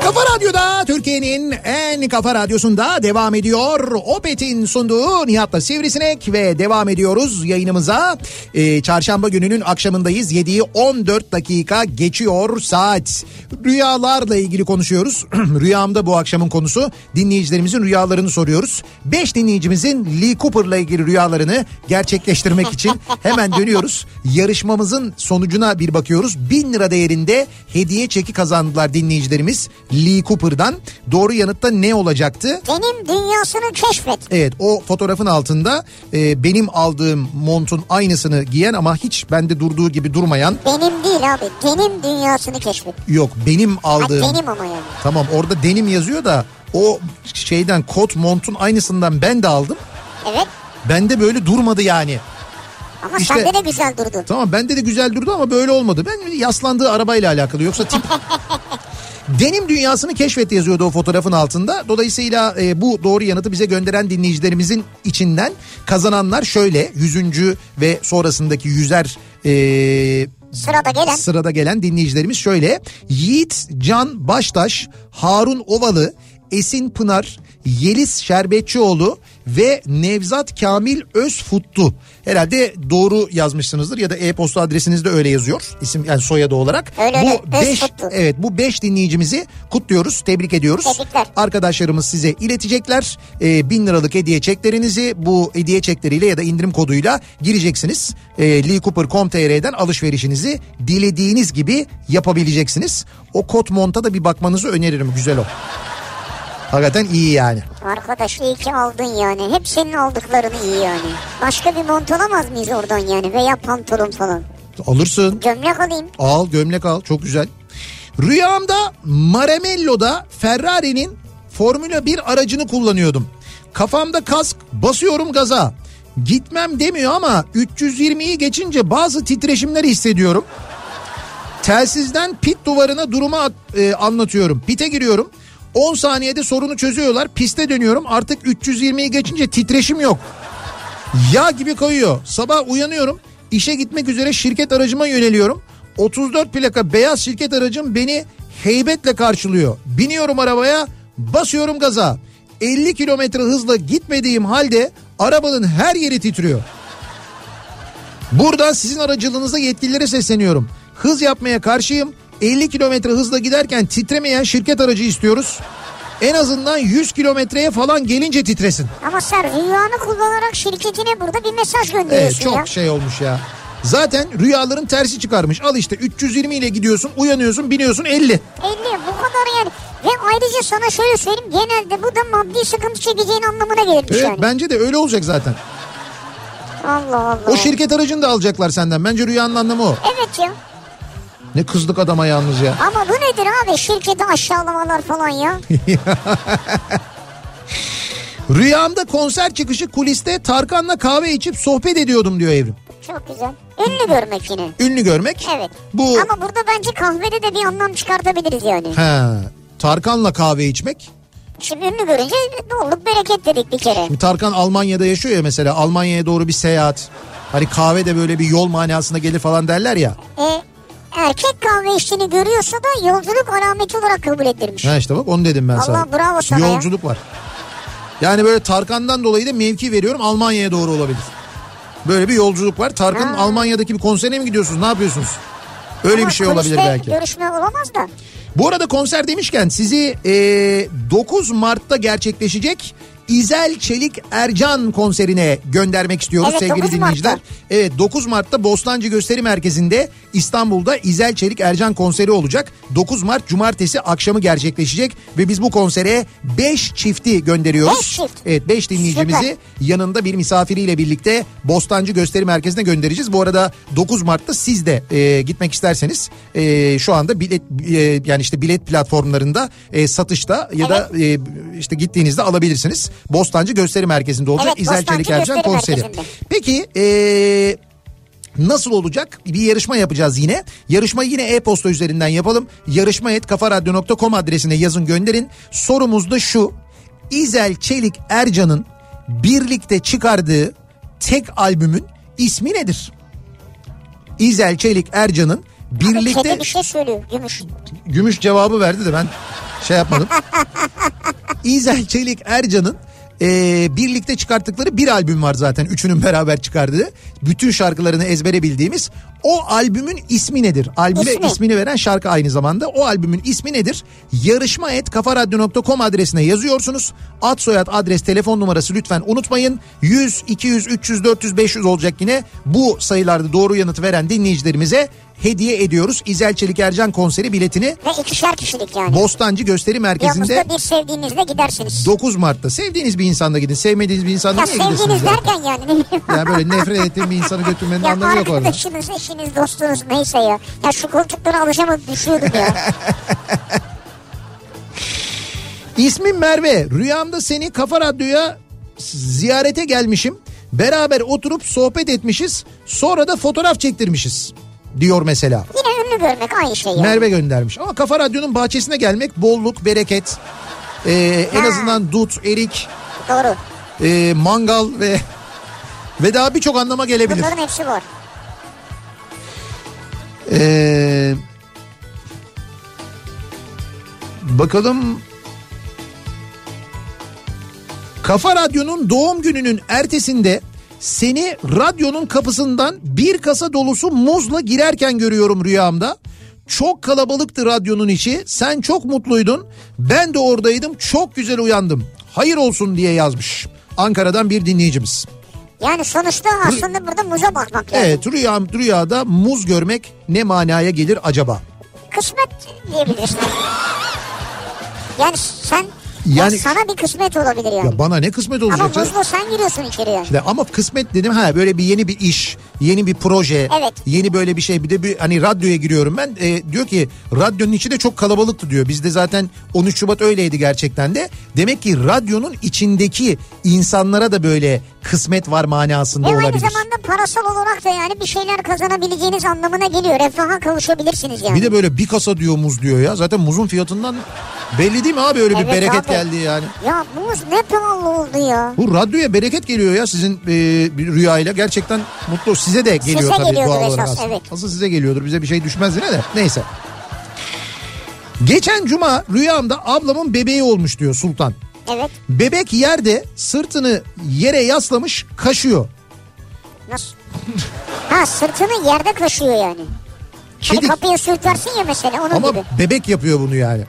Speaker 2: Kafa Radyo'da Türkiye'nin en kafa radyosunda devam ediyor. Opet'in sunduğu Nihat'la Sivrisinek ve devam ediyoruz yayınımıza. Ee, çarşamba gününün akşamındayız. 7'yi 14 dakika geçiyor saat. Rüyalarla ilgili konuşuyoruz. Rüyamda bu akşamın konusu. Dinleyicilerimizin rüyalarını soruyoruz. 5 dinleyicimizin Lee Cooper'la ilgili rüyalarını gerçekleştirmek için hemen dönüyoruz. Yarışmamızın sonucuna bir bakıyoruz. 1000 lira değerinde hediye çeki kazandılar dinleyicilerimiz Lee Cooper'dan. Doğru yanıtta ne olacaktı?
Speaker 3: Benim dünyasını keşfet.
Speaker 2: Evet o fotoğrafın altında e, benim aldığım montun aynısını giyen ama hiç bende durduğu gibi durmayan
Speaker 3: Benim değil abi. Benim dünyasını keşfet.
Speaker 2: yok benim
Speaker 3: Ha,
Speaker 2: aldığım.
Speaker 3: benim ama yani.
Speaker 2: Tamam orada denim yazıyor da o şeyden kot montun aynısından ben de aldım.
Speaker 3: Evet.
Speaker 2: Bende böyle durmadı yani.
Speaker 3: Ama
Speaker 2: İşte-
Speaker 3: sende de güzel durdu.
Speaker 2: Tamam bende de güzel durdu ama böyle olmadı. Ben yaslandığı arabayla alakalı yoksa tip... Denim dünyasını keşfet yazıyordu o fotoğrafın altında. Dolayısıyla e, bu doğru yanıtı bize gönderen dinleyicilerimizin içinden kazananlar şöyle 100. ve sonrasındaki yüzer e,
Speaker 3: Sırada gelen.
Speaker 2: Sırada gelen dinleyicilerimiz şöyle. Yiğit Can Baştaş, Harun Ovalı, Esin Pınar, Yeliz Şerbetçioğlu ve Nevzat Kamil Özfuttu. Herhalde doğru yazmışsınızdır ya da e-posta adresiniz de öyle yazıyor. İsim yani soyadı olarak.
Speaker 3: Öyle öyle,
Speaker 2: bu beş,
Speaker 3: Özfuttu.
Speaker 2: evet bu 5 dinleyicimizi kutluyoruz, tebrik ediyoruz.
Speaker 3: Tebrikler.
Speaker 2: Arkadaşlarımız size iletecekler. Ee, 1000 liralık hediye çeklerinizi bu hediye çekleriyle ya da indirim koduyla gireceksiniz. E, LeeCooper.com.tr'den alışverişinizi dilediğiniz gibi yapabileceksiniz. O kot monta da bir bakmanızı öneririm. Güzel o. Hakikaten iyi yani.
Speaker 3: Arkadaş iyi ki aldın yani. Hep senin aldıklarını iyi yani. Başka bir mont alamaz mıyız oradan yani? Veya pantolon falan.
Speaker 2: Alırsın.
Speaker 3: Gömlek alayım.
Speaker 2: Al gömlek al. Çok güzel. Rüyamda Maramello'da Ferrari'nin Formula 1 aracını kullanıyordum. Kafamda kask basıyorum gaza. Gitmem demiyor ama 320'yi geçince bazı titreşimler hissediyorum. Telsizden pit duvarına durumu at- e, anlatıyorum. Pite giriyorum. 10 saniyede sorunu çözüyorlar. Piste dönüyorum. Artık 320'yi geçince titreşim yok. Yağ gibi kayıyor. Sabah uyanıyorum. İşe gitmek üzere şirket aracıma yöneliyorum. 34 plaka beyaz şirket aracım beni heybetle karşılıyor. Biniyorum arabaya, basıyorum gaza. 50 kilometre hızla gitmediğim halde arabanın her yeri titriyor. Buradan sizin aracılığınızda yetkililere sesleniyorum. Hız yapmaya karşıyım. 50 kilometre hızla giderken titremeyen şirket aracı istiyoruz. En azından 100 kilometreye falan gelince titresin.
Speaker 3: Ama sen rüyanı kullanarak şirketine burada bir mesaj
Speaker 2: Evet
Speaker 3: gönderiyorsun
Speaker 2: Ee, çok
Speaker 3: ya.
Speaker 2: şey olmuş ya. Zaten rüyaların tersi çıkarmış. Al işte 320 ile gidiyorsun, uyanıyorsun, biniyorsun 50.
Speaker 3: 50 bu kadar yani. Ve ayrıca sana şöyle söyleyeyim. Genelde bu da maddi sıkıntı çekeceğin anlamına gelirmiş
Speaker 2: Evet
Speaker 3: yani.
Speaker 2: bence de öyle olacak zaten.
Speaker 3: Allah Allah.
Speaker 2: O şirket aracını da alacaklar senden. Bence rüyanın anlamı o.
Speaker 3: Evet ya.
Speaker 2: Ne kızdık adama yalnız ya.
Speaker 3: Ama bu nedir abi şirketi aşağılamalar falan ya.
Speaker 2: Rüyamda konser çıkışı kuliste Tarkan'la kahve içip sohbet ediyordum diyor Evrim.
Speaker 3: Çok güzel. Ünlü görmek yine.
Speaker 2: Ünlü görmek.
Speaker 3: Evet.
Speaker 2: Bu
Speaker 3: Ama burada bence kahvede de bir anlam çıkartabiliriz yani.
Speaker 2: he, Tarkan'la kahve içmek.
Speaker 3: Şimdi ünlü görünce dolluk bereket dedik bir kere.
Speaker 2: Şimdi Tarkan Almanya'da yaşıyor ya mesela. Almanya'ya doğru bir seyahat. Hani kahve de böyle bir yol manasına gelir falan derler ya.
Speaker 3: E, erkek kahve içtiğini görüyorsa da yolculuk alameti olarak kabul edilmiş.
Speaker 2: Ha işte bak onu dedim ben
Speaker 3: Allah
Speaker 2: sana.
Speaker 3: bravo sana ya.
Speaker 2: Yolculuk var. Yani böyle Tarkan'dan dolayı da mevki veriyorum Almanya'ya doğru olabilir. Böyle bir yolculuk var. Tarkan'ın Almanya'daki bir konserine mi gidiyorsunuz? Ne yapıyorsunuz? Öyle
Speaker 3: Ama
Speaker 2: bir şey olabilir
Speaker 3: kuliste
Speaker 2: belki.
Speaker 3: görüşme olamaz da.
Speaker 2: Bu arada konser demişken sizi e, 9 Mart'ta gerçekleşecek İzel Çelik Ercan konserine göndermek istiyoruz
Speaker 3: Evet,
Speaker 2: sevgili
Speaker 3: 9 Mart'ta.
Speaker 2: dinleyiciler. Evet 9 Mart'ta Bostancı Gösteri Merkezi'nde İstanbul'da İzel Çelik Ercan konseri olacak. 9 Mart Cumartesi akşamı gerçekleşecek ve biz bu konsere 5 çifti gönderiyoruz.
Speaker 3: Beş çift.
Speaker 2: Evet 5 dinleyicimizi yanında bir misafiriyle birlikte Bostancı Gösteri Merkezi'ne göndereceğiz. Bu arada 9 Mart'ta siz de e, gitmek isterseniz e, şu anda bilet e, yani işte bilet platformlarında e, satışta ya da e, işte gittiğinizde alabilirsiniz. Bostancı Gösteri Merkezi'nde olacak
Speaker 3: Evet,
Speaker 2: İzel
Speaker 3: Bostancı
Speaker 2: Çelik Ercan
Speaker 3: Gösteri
Speaker 2: konseri.
Speaker 3: Merkezi'nde.
Speaker 2: Peki e, eee Nasıl olacak? Bir yarışma yapacağız yine. Yarışmayı yine e-posta üzerinden yapalım. Yarışma et kafaradyo.com adresine yazın gönderin. Sorumuz da şu. İzel Çelik Ercan'ın birlikte çıkardığı tek albümün ismi nedir? İzel Çelik Ercan'ın birlikte...
Speaker 3: Kedi bir şey söylüyor gümüş.
Speaker 2: Gümüş cevabı verdi de ben şey yapmadım. İzel Çelik Ercan'ın e, birlikte çıkarttıkları bir albüm var zaten. Üçünün beraber çıkardığı. Bütün şarkılarını ezbere bildiğimiz. O albümün ismi nedir? Albüme
Speaker 3: İsmi.
Speaker 2: ismini veren şarkı aynı zamanda. O albümün ismi nedir? Yarışma et kafaradyo.com adresine yazıyorsunuz. Ad soyad adres telefon numarası lütfen unutmayın. 100, 200, 300, 400, 500 olacak yine. Bu sayılarda doğru yanıt veren dinleyicilerimize hediye ediyoruz. İzel Çelik Ercan konseri biletini
Speaker 3: Ve ikişer kişilik yani.
Speaker 2: Bostancı Gösteri Merkezi'nde
Speaker 3: Yanınızda bir sevdiğinizle gidersiniz.
Speaker 2: 9 Mart'ta sevdiğiniz bir insanda gidin. Sevmediğiniz bir insanda
Speaker 3: ya
Speaker 2: niye gidesiniz
Speaker 3: sevdiğiniz
Speaker 2: ya?
Speaker 3: derken yani ne bileyim.
Speaker 2: Yani böyle nefret ettiğim bir insanı götürmenin
Speaker 3: Ya
Speaker 2: anlamı yok orada.
Speaker 3: arkadaşınız, eşiniz, dostunuz neyse ya. Ya şu koltuklara alışamadım düşüyordum ya.
Speaker 2: İsmim Merve. Rüyamda seni Kafa Radyo'ya ziyarete gelmişim. Beraber oturup sohbet etmişiz. Sonra da fotoğraf çektirmişiz diyor mesela.
Speaker 3: Yine ünlü görmek aynı şey ya.
Speaker 2: Merve göndermiş. Ama Kafa Radyo'nun bahçesine gelmek bolluk, bereket, ee, en
Speaker 3: Ha.
Speaker 2: azından dut, erik,
Speaker 3: Doğru.
Speaker 2: ee, mangal ve ve daha birçok anlama gelebilir.
Speaker 3: Bunların hepsi var.
Speaker 2: Ee, bakalım. Kafa Radyo'nun doğum gününün ertesinde seni radyonun kapısından bir kasa dolusu muzla girerken görüyorum rüyamda. Çok kalabalıktı radyonun içi. Sen çok mutluydun. Ben de oradaydım. Çok güzel uyandım. Hayır olsun diye yazmış. Ankara'dan bir dinleyicimiz.
Speaker 3: Yani sonuçta aslında burada muza bakmak lazım.
Speaker 2: Evet rüya, rüyada muz görmek ne manaya gelir acaba?
Speaker 3: Kısmet diyebilirsin. yani sen
Speaker 2: Yani-
Speaker 3: yani sana bir kısmet olabilir yani.
Speaker 2: Ya bana ne kısmet olacak?
Speaker 3: Ama
Speaker 2: canım?
Speaker 3: muzlu sen giriyorsun içeri yani.
Speaker 2: Ya ama kısmet dedim ha böyle bir yeni bir iş, yeni bir proje,
Speaker 3: Evet.
Speaker 2: yeni böyle bir şey. Bir de bir hani radyoya giriyorum ben. E, diyor ki radyonun içi de çok kalabalıktı diyor. Bizde zaten 13 Şubat öyleydi gerçekten de. Demek ki radyonun içindeki insanlara da böyle kısmet var manasında
Speaker 3: Ve E, aynı
Speaker 2: olabilir.
Speaker 3: zamanda parasal olarak da yani bir şeyler kazanabileceğiniz anlamına geliyor. Refaha kavuşabilirsiniz yani.
Speaker 2: Bir de böyle bir kasa diyor muz diyor ya. Zaten muzun fiyatından belli değil mi abi öyle bir
Speaker 3: Evet
Speaker 2: bereket
Speaker 3: abi.
Speaker 2: geldi yani.
Speaker 3: Ya muz ne pahalı oldu ya.
Speaker 2: Bu radyoya bereket geliyor ya sizin e, bir rüyayla. Gerçekten mutlu. Size de geliyor
Speaker 3: Size
Speaker 2: tabii
Speaker 3: geliyordur
Speaker 2: doğal olarak
Speaker 3: esas,
Speaker 2: aslında.
Speaker 3: evet.
Speaker 2: Asıl size geliyordur. Bize bir şey düşmez yine de. Neyse. Geçen cuma rüyamda ablamın bebeği olmuş diyor Sultan.
Speaker 3: Evet.
Speaker 2: Bebek yerde sırtını yere yaslamış kaşıyor.
Speaker 3: Nasıl? ha sırtını yerde kaşıyor yani.
Speaker 2: Kedi-
Speaker 3: Hani kapıyı sürtersin ya mesela onun
Speaker 2: Ama
Speaker 3: gibi.
Speaker 2: bebek yapıyor bunu yani.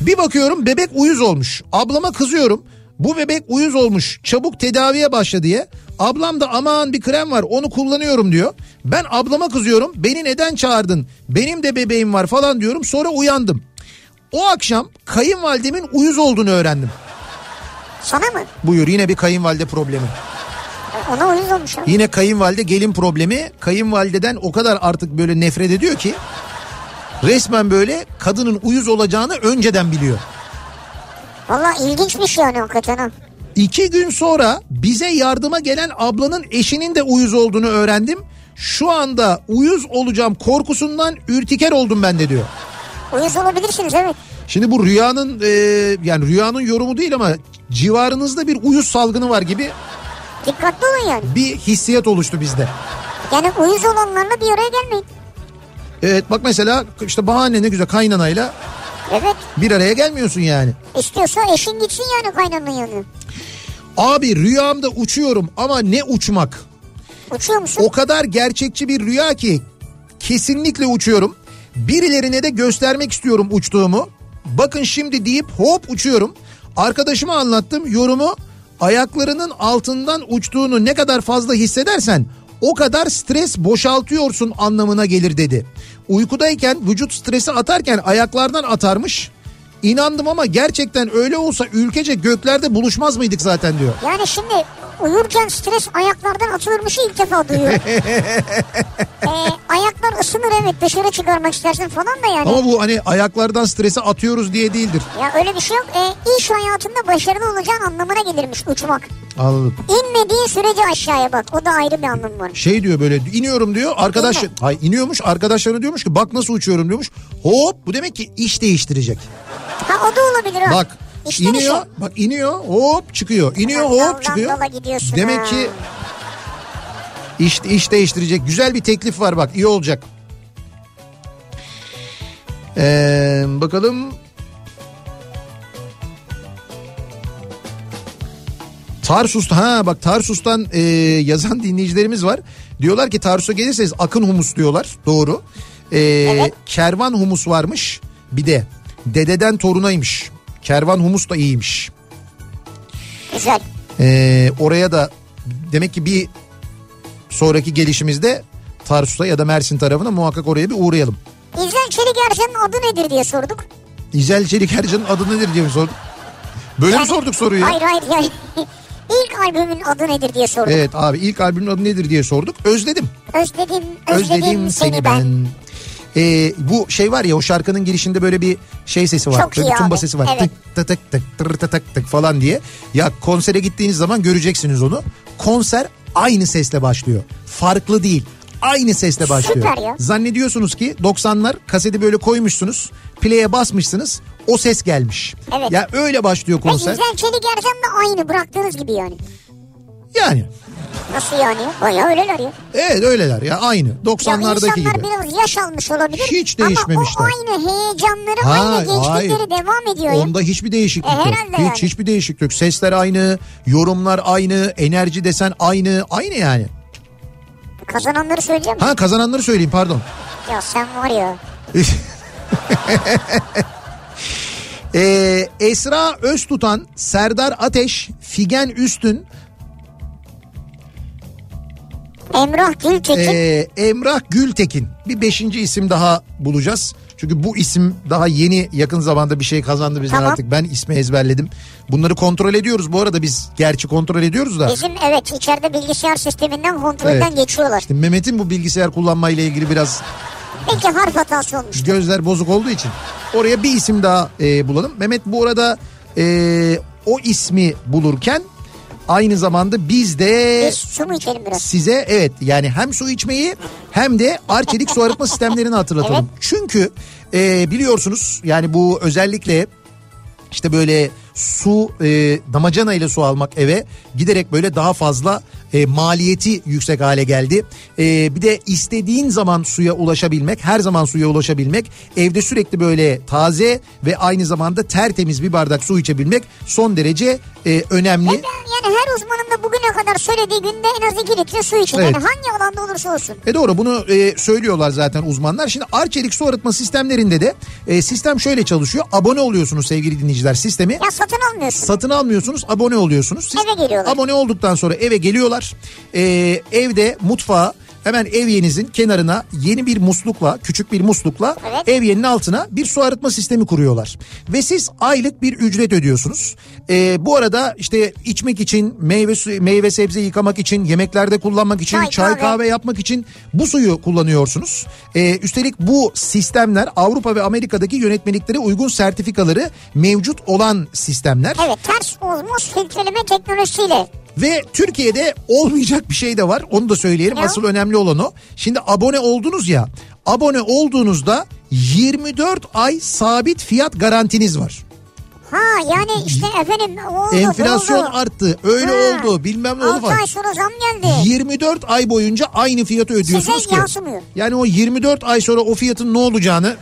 Speaker 2: Bir bakıyorum bebek uyuz olmuş. Ablama kızıyorum. Bu bebek uyuz olmuş. Çabuk tedaviye başla diye. Ablam da aman bir krem var onu kullanıyorum diyor. Ben ablama kızıyorum. Beni neden çağırdın? Benim de bebeğim var falan diyorum. Sonra uyandım. O akşam kayınvalidemin uyuz olduğunu öğrendim.
Speaker 3: Sana mı?
Speaker 2: Buyur yine bir kayınvalide problemi.
Speaker 3: Ona uyuz olmuş. abi.
Speaker 2: Yine kayınvalide gelin problemi. Kayınvalideden o kadar artık böyle nefret ediyor ki resmen böyle kadının uyuz olacağını önceden biliyor.
Speaker 3: Valla ilginçmiş yani hakikaten ha.
Speaker 2: İki gün sonra bize yardıma gelen ablanın eşinin de uyuz olduğunu öğrendim. Şu anda uyuz olacağım korkusundan ürtiker oldum ben de diyor.
Speaker 3: Uyuz olabilirsiniz evet.
Speaker 2: Şimdi bu rüyanın e, yani rüyanın yorumu değil ama civarınızda bir uyuz salgını var gibi
Speaker 3: Dikkatli olun yani.
Speaker 2: bir hissiyat oluştu bizde.
Speaker 3: Yani uyuz olanlarla bir araya gelmeyin.
Speaker 2: Evet bak mesela işte bahane ne güzel kaynanayla
Speaker 3: Evet.
Speaker 2: bir araya gelmiyorsun yani.
Speaker 3: İstiyorsa eşin gitsin yani kaynanın yanına.
Speaker 2: Abi rüyamda uçuyorum ama ne uçmak.
Speaker 3: Uçuyor musun?
Speaker 2: O kadar gerçekçi bir rüya ki kesinlikle uçuyorum. Birilerine de göstermek istiyorum uçtuğumu. Bakın şimdi deyip hop uçuyorum. Arkadaşıma anlattım yorumu Ayaklarının altından uçtuğunu ne kadar fazla hissedersen o kadar stres boşaltıyorsun anlamına gelir dedi. Uykudayken vücut stresi atarken ayaklardan atarmış. İnandım ama gerçekten öyle olsa ülkece göklerde buluşmaz mıydık zaten diyor.
Speaker 3: Yani şimdi uyurken stres ayaklardan atılırmışı ilk defa duyuyorum. Ee, ayaklar ısınır evet dışarı çıkarmak istersin falan da yani.
Speaker 2: Ama bu hani ayaklardan stresi atıyoruz diye değildir.
Speaker 3: Ya öyle bir şey yok. Ee, iş hayatında başarılı olacağın anlamına gelirmiş uçmak.
Speaker 2: Anladım.
Speaker 3: İnmediğin sürece aşağıya bak. O da ayrı bir anlam var.
Speaker 2: Şey diyor böyle iniyorum diyor arkadaş
Speaker 3: Değil mi?
Speaker 2: ay iniyormuş arkadaşlarına diyormuş ki bak nasıl uçuyorum diyormuş. Hop bu demek ki iş değiştirecek.
Speaker 3: Ha o da olabilir ha.
Speaker 2: Bak
Speaker 3: İşte bir
Speaker 2: iniyor
Speaker 3: şey.
Speaker 2: bak iniyor hop çıkıyor. İniyor
Speaker 3: Ulan
Speaker 2: hop
Speaker 3: daldan
Speaker 2: çıkıyor.
Speaker 3: dala gidiyorsun ha.
Speaker 2: Demek ki iş, iş değiştirecek. Güzel bir teklif var bak iyi olacak. Ee, bakalım. Tarsus ha bak Tarsus'tan e, yazan dinleyicilerimiz var. Diyorlar ki Tarsus'a gelirseniz akın humus diyorlar. Doğru. Ee, Kervan humus varmış. Bir de dededen torunaymış. Kervan humus da iyiymiş.
Speaker 3: Güzel.
Speaker 2: Ee, oraya da demek ki bir sonraki gelişimizde Tarsus'a ya da Mersin tarafına muhakkak oraya bir uğrayalım.
Speaker 3: İzel Çelik Ercan'ın adı nedir diye sorduk.
Speaker 2: İzel Çelik Ercan'ın adı nedir diye mi sorduk? Böyle mi
Speaker 3: Yani-
Speaker 2: sorduk soruyu? ya?
Speaker 3: Hayır hayır yani. İlk albümün adı nedir diye sorduk.
Speaker 2: Evet abi ilk albümün adı nedir diye sorduk. Özledim.
Speaker 3: Özledim, özledim,
Speaker 2: Özledim, seni ben. Ee, bu şey var ya o şarkının girişinde böyle bir şey sesi var.
Speaker 3: Çok
Speaker 2: böyle
Speaker 3: iyi
Speaker 2: bir tumba
Speaker 3: abi,
Speaker 2: sesi var.
Speaker 3: evet.
Speaker 2: Tık tık tık tık tır tı tık tık falan diye. Ya konsere gittiğiniz zaman göreceksiniz onu. Konser aynı sesle başlıyor. Farklı değil. Aynı sesle başlıyor.
Speaker 3: Süper ya.
Speaker 2: Zannediyorsunuz ki 90'lar kaseti böyle koymuşsunuz. Play'e basmışsınız. O ses gelmiş.
Speaker 3: Evet.
Speaker 2: Ya öyle başlıyor
Speaker 3: Ve
Speaker 2: konser.
Speaker 3: İzel Çelik Ercan da aynı bıraktığınız gibi yani.
Speaker 2: Yani.
Speaker 3: Nasıl yani? Baya öyleler ya.
Speaker 2: Evet öyleler ya aynı.
Speaker 3: Ya
Speaker 2: 90'lardaki gibi.
Speaker 3: insanlar biraz yaş almış olabilir.
Speaker 2: Hiç
Speaker 3: Ama
Speaker 2: değişmemişler.
Speaker 3: o aynı heyecanları, aynı
Speaker 2: Hayır,
Speaker 3: gençlikleri
Speaker 2: hayır.
Speaker 3: devam ediyor ya.
Speaker 2: Onda hiçbir değişiklik
Speaker 3: E,
Speaker 2: yok.
Speaker 3: herhalde
Speaker 2: Hiç
Speaker 3: yani.
Speaker 2: hiçbir değişiklik yok. Sesler aynı, yorumlar aynı, enerji desen aynı, aynı yani.
Speaker 3: Kazananları söyleyeceğim.
Speaker 2: Ha kazananları söyleyeyim pardon.
Speaker 3: Ya sen var ya.
Speaker 2: Ee, Esra Öztutan, Serdar Ateş, Figen Üstün,
Speaker 3: Emrah Gültekin.
Speaker 2: ee, Emrah Gültekin. Bir beşinci isim daha bulacağız. Çünkü bu isim daha yeni yakın zamanda bir şey kazandı bizden
Speaker 3: Tamam.
Speaker 2: artık. Ben ismi ezberledim. Bunları kontrol ediyoruz. Bu arada biz gerçi kontrol ediyoruz da.
Speaker 3: Bizim evet içeride bilgisayar sisteminden kontrolden
Speaker 2: Evet.
Speaker 3: geçiyorlar.
Speaker 2: İşte Mehmet'in bu bilgisayar kullanmayla ilgili biraz
Speaker 3: Belki harf hatası olmuş.
Speaker 2: gözler bozuk olduğu için oraya bir isim daha e, bulalım. Mehmet bu arada e, o ismi bulurken aynı zamanda biz de
Speaker 3: Biz su mu içelim biraz?
Speaker 2: size evet yani hem su içmeyi hem de Arçelik su arıtma sistemlerini hatırlatalım. Çünkü e, biliyorsunuz yani bu özellikle işte böyle su e, damacana ile su almak eve giderek böyle daha fazla e, maliyeti yüksek hale geldi. E, bir de istediğin zaman suya ulaşabilmek, her zaman suya ulaşabilmek, evde sürekli böyle taze ve aynı zamanda tertemiz bir bardak su içebilmek son derece e, önemli.
Speaker 3: Yani her uzmanın da bugüne kadar söylediği günde en az 2 litre su için.
Speaker 2: Evet.
Speaker 3: Yani hangi alanda olursa olsun.
Speaker 2: E doğru bunu e, söylüyorlar zaten uzmanlar. Şimdi Arçelik su arıtma sistemlerinde de e, sistem şöyle çalışıyor. Abone oluyorsunuz sevgili dinleyiciler sistemi.
Speaker 3: Ya satın almıyorsun.
Speaker 2: Satın almıyorsunuz abone oluyorsunuz. Siz
Speaker 3: Eve geliyorlar.
Speaker 2: Abone olduktan sonra eve geliyorlar. E, evde mutfağa hemen ev yenizin kenarına yeni bir muslukla küçük bir muslukla
Speaker 3: Evet.
Speaker 2: ev yerinin altına bir su arıtma sistemi kuruyorlar. Ve siz aylık bir ücret ödüyorsunuz. Ee, bu arada işte içmek için, meyve su- meyve sebze yıkamak için, yemeklerde kullanmak için,
Speaker 3: Çay,
Speaker 2: çay,
Speaker 3: kahve.
Speaker 2: kahve. yapmak için bu suyu kullanıyorsunuz. Ee, üstelik bu sistemler Avrupa ve Amerika'daki yönetmeliklere uygun sertifikaları mevcut olan sistemler.
Speaker 3: Evet ters ozmoz filtreleme teknolojisiyle.
Speaker 2: Ve Türkiye'de olmayacak bir şey de var. Onu da söyleyelim.
Speaker 3: Ya.
Speaker 2: Asıl önemli olan o. Şimdi abone oldunuz ya. Abone olduğunuzda 24 ay sabit fiyat garantiniz var.
Speaker 3: Ha yani işte efendim oldu
Speaker 2: Enflasyon
Speaker 3: oldu.
Speaker 2: arttı, öyle
Speaker 3: Ha.
Speaker 2: oldu, bilmem ne oldu
Speaker 3: 6
Speaker 2: falan.
Speaker 3: ay sonra zam geldi.
Speaker 2: 24 ay boyunca aynı fiyatı ödüyorsunuz
Speaker 3: Size
Speaker 2: ki.
Speaker 3: yansımıyor.
Speaker 2: Yani o 24 ay sonra o fiyatın ne olacağını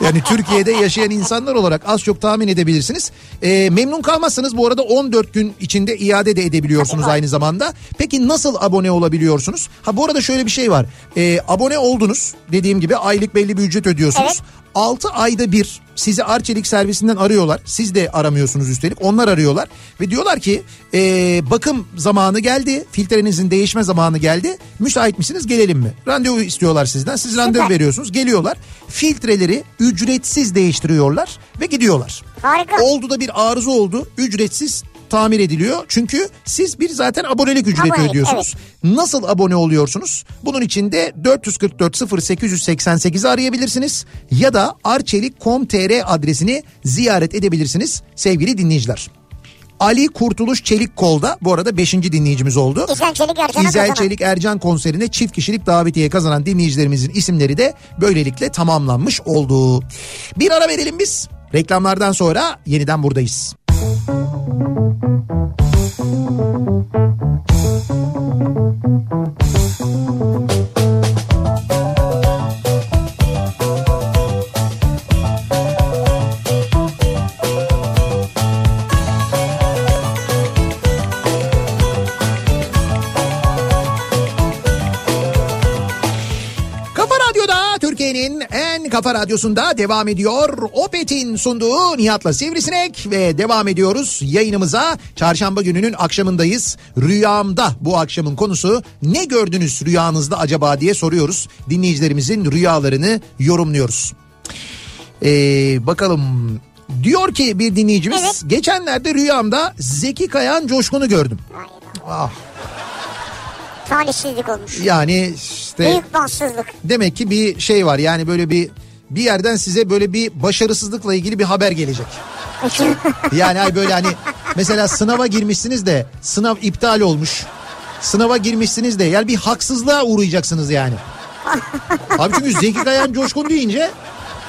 Speaker 2: yani Türkiye'de yaşayan insanlar olarak az çok tahmin edebilirsiniz. Ee, memnun kalmazsanız bu arada 14 gün içinde iade de edebiliyorsunuz aynı zamanda. Peki nasıl abone olabiliyorsunuz? Ha bu arada şöyle bir şey var. Ee, abone oldunuz dediğim gibi aylık belli bir ücret ödüyorsunuz.
Speaker 3: Evet.
Speaker 2: 6 ayda bir Sizi Arçelik servisinden arıyorlar. Siz de aramıyorsunuz üstelik. Onlar arıyorlar ve diyorlar ki e, bakım zamanı geldi. Filtrenizin değişme zamanı geldi. Müsait misiniz gelelim mi? Randevu istiyorlar sizden. Siz randevu veriyorsunuz. Geliyorlar. Filtreleri ücretsiz değiştiriyorlar ve gidiyorlar.
Speaker 3: Harika.
Speaker 2: Oldu da bir arıza oldu. Ücretsiz tamir ediliyor. Çünkü siz bir zaten abonelik ücreti
Speaker 3: Abonelik,
Speaker 2: ödüyorsunuz. Nasıl abone oluyorsunuz? Bunun için de 444 0888'i arayabilirsiniz ya da arçelik.com.tr adresini ziyaret edebilirsiniz sevgili dinleyiciler. Ali Kurtuluş Çelik Kol'da bu arada 5. dinleyicimiz oldu.
Speaker 3: İzel Çelik Ercan'a
Speaker 2: İzel
Speaker 3: kazanan.
Speaker 2: Çelik Ercan konserine çift kişilik davetiye kazanan dinleyicilerimizin isimleri de böylelikle tamamlanmış oldu. Bir ara verelim biz. Reklamlardan sonra yeniden buradayız. Kafa Radyo'da Türkiye'nin en kafa radyosunda devam ediyor. Opet'in sunduğu Nihat'la Sivrisinek ve devam ediyoruz yayınımıza. Çarşamba gününün akşamındayız. Rüyamda bu akşamın konusu ne gördünüz rüyanızda acaba diye soruyoruz. Dinleyicilerimizin rüyalarını yorumluyoruz. Ee, bakalım diyor ki bir dinleyicimiz
Speaker 3: Evet.
Speaker 2: geçenlerde rüyamda Zeki Kayan Coşkun'u gördüm.
Speaker 3: Vay be,
Speaker 2: Ah,
Speaker 3: Talihsizlik olmuş.
Speaker 2: yani işte...
Speaker 3: Büyük bahtsızlık.
Speaker 2: demek ki bir şey var yani böyle bir bir yerden size böyle bir başarısızlıkla ilgili bir haber gelecek. Yani ay böyle hani mesela sınava girmişsiniz de sınav iptal olmuş. Sınava girmişsiniz de yani bir haksızlığa uğrayacaksınız yani. Abi çünkü Zeki Kayan Coşkun deyince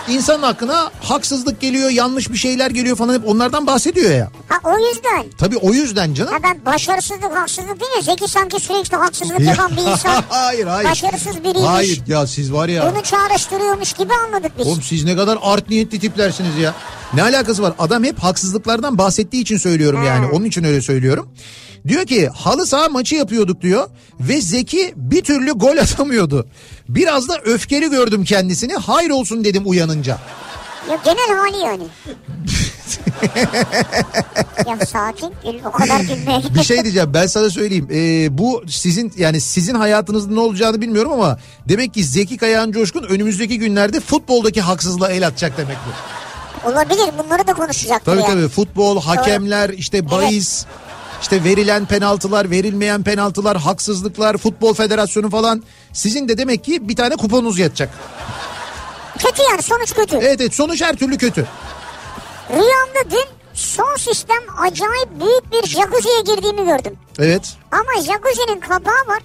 Speaker 2: insanın aklına haksızlık geliyor, yanlış bir şeyler geliyor falan hep onlardan bahsediyor ya.
Speaker 3: Ha o yüzden.
Speaker 2: Tabii o yüzden canım.
Speaker 3: Ha ben başarısızlık haksızlık değil mi? Zeki sanki sürekli haksızlık yapan bir insan.
Speaker 2: hayır hayır.
Speaker 3: Başarısız biriymiş.
Speaker 2: Hayır ya siz var ya.
Speaker 3: Bunu çağrıştırıyormuş gibi anladık biz.
Speaker 2: Oğlum siz ne kadar art niyetli tiplersiniz ya. Ne alakası var? Adam hep haksızlıklardan bahsettiği için söylüyorum yani. Onun için öyle söylüyorum. Diyor ki halı saha maçı yapıyorduk diyor ve Zeki bir türlü gol atamıyordu. Biraz da öfkeli gördüm kendisini. Hayır olsun dedim uyanınca.
Speaker 3: Ya genel hali yani. ya sakin gül o kadar gülmeye
Speaker 2: Bir şey diyeceğim ben sana söyleyeyim. Ee, bu sizin yani sizin hayatınızda ne olacağını bilmiyorum ama demek ki Zeki Kayan Coşkun önümüzdeki günlerde futboldaki haksızlığa el atacak demek bu.
Speaker 3: Olabilir bunları da konuşacaktır
Speaker 2: Tabii
Speaker 3: yani.
Speaker 2: tabii futbol, hakemler, işte bahis, işte verilen penaltılar, verilmeyen penaltılar, haksızlıklar, futbol federasyonu falan. Sizin de demek ki bir tane kuponunuz yatacak.
Speaker 3: Kötü yani sonuç kötü.
Speaker 2: Evet evet sonuç her türlü kötü.
Speaker 3: Rüyamda dün son sistem acayip büyük bir jacuzziye girdiğimi gördüm.
Speaker 2: Evet.
Speaker 3: Ama jacuzzi'nin kapağı var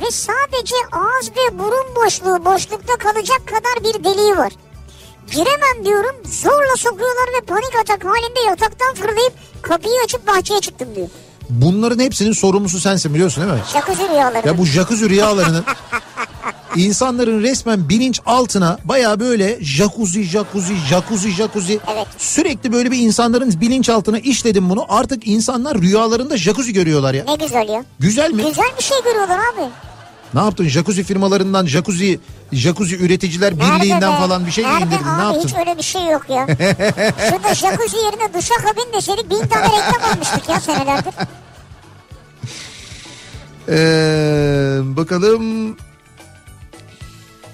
Speaker 3: ve sadece ağız ve burun boşluğu boşlukta kalacak kadar bir deliği var. Giremem diyorum zorla sokuyorlar ve panik atak halinde yataktan fırlayıp kapıyı açıp bahçeye çıktım diyor.
Speaker 2: Bunların hepsinin sorumlusu sensin biliyorsun değil mi?
Speaker 3: Jacuzzi rüyaları.
Speaker 2: Ya bu jacuzzi rüyalarının insanların resmen bilinç altına baya böyle jacuzzi jacuzzi jacuzzi jacuzzi
Speaker 3: Evet.
Speaker 2: sürekli böyle bir insanların bilinç altına işledim bunu artık insanlar rüyalarında jacuzzi görüyorlar ya.
Speaker 3: Ne güzel ya.
Speaker 2: Güzel mi?
Speaker 3: Güzel bir şey görüyorlar abi.
Speaker 2: Ne yaptın? Jacuzzi firmalarından, jacuzzi jacuzzi üreticiler
Speaker 3: Nerede
Speaker 2: birliğinden
Speaker 3: be?
Speaker 2: falan bir şey mi
Speaker 3: Nerede
Speaker 2: indirdin? Ne
Speaker 3: abi
Speaker 2: yaptın?
Speaker 3: hiç öyle bir şey yok ya. Şurada jacuzzi yerine duşa kabin deseydik bin tane reklam almıştık ya senelerdir.
Speaker 2: Ee, bakalım.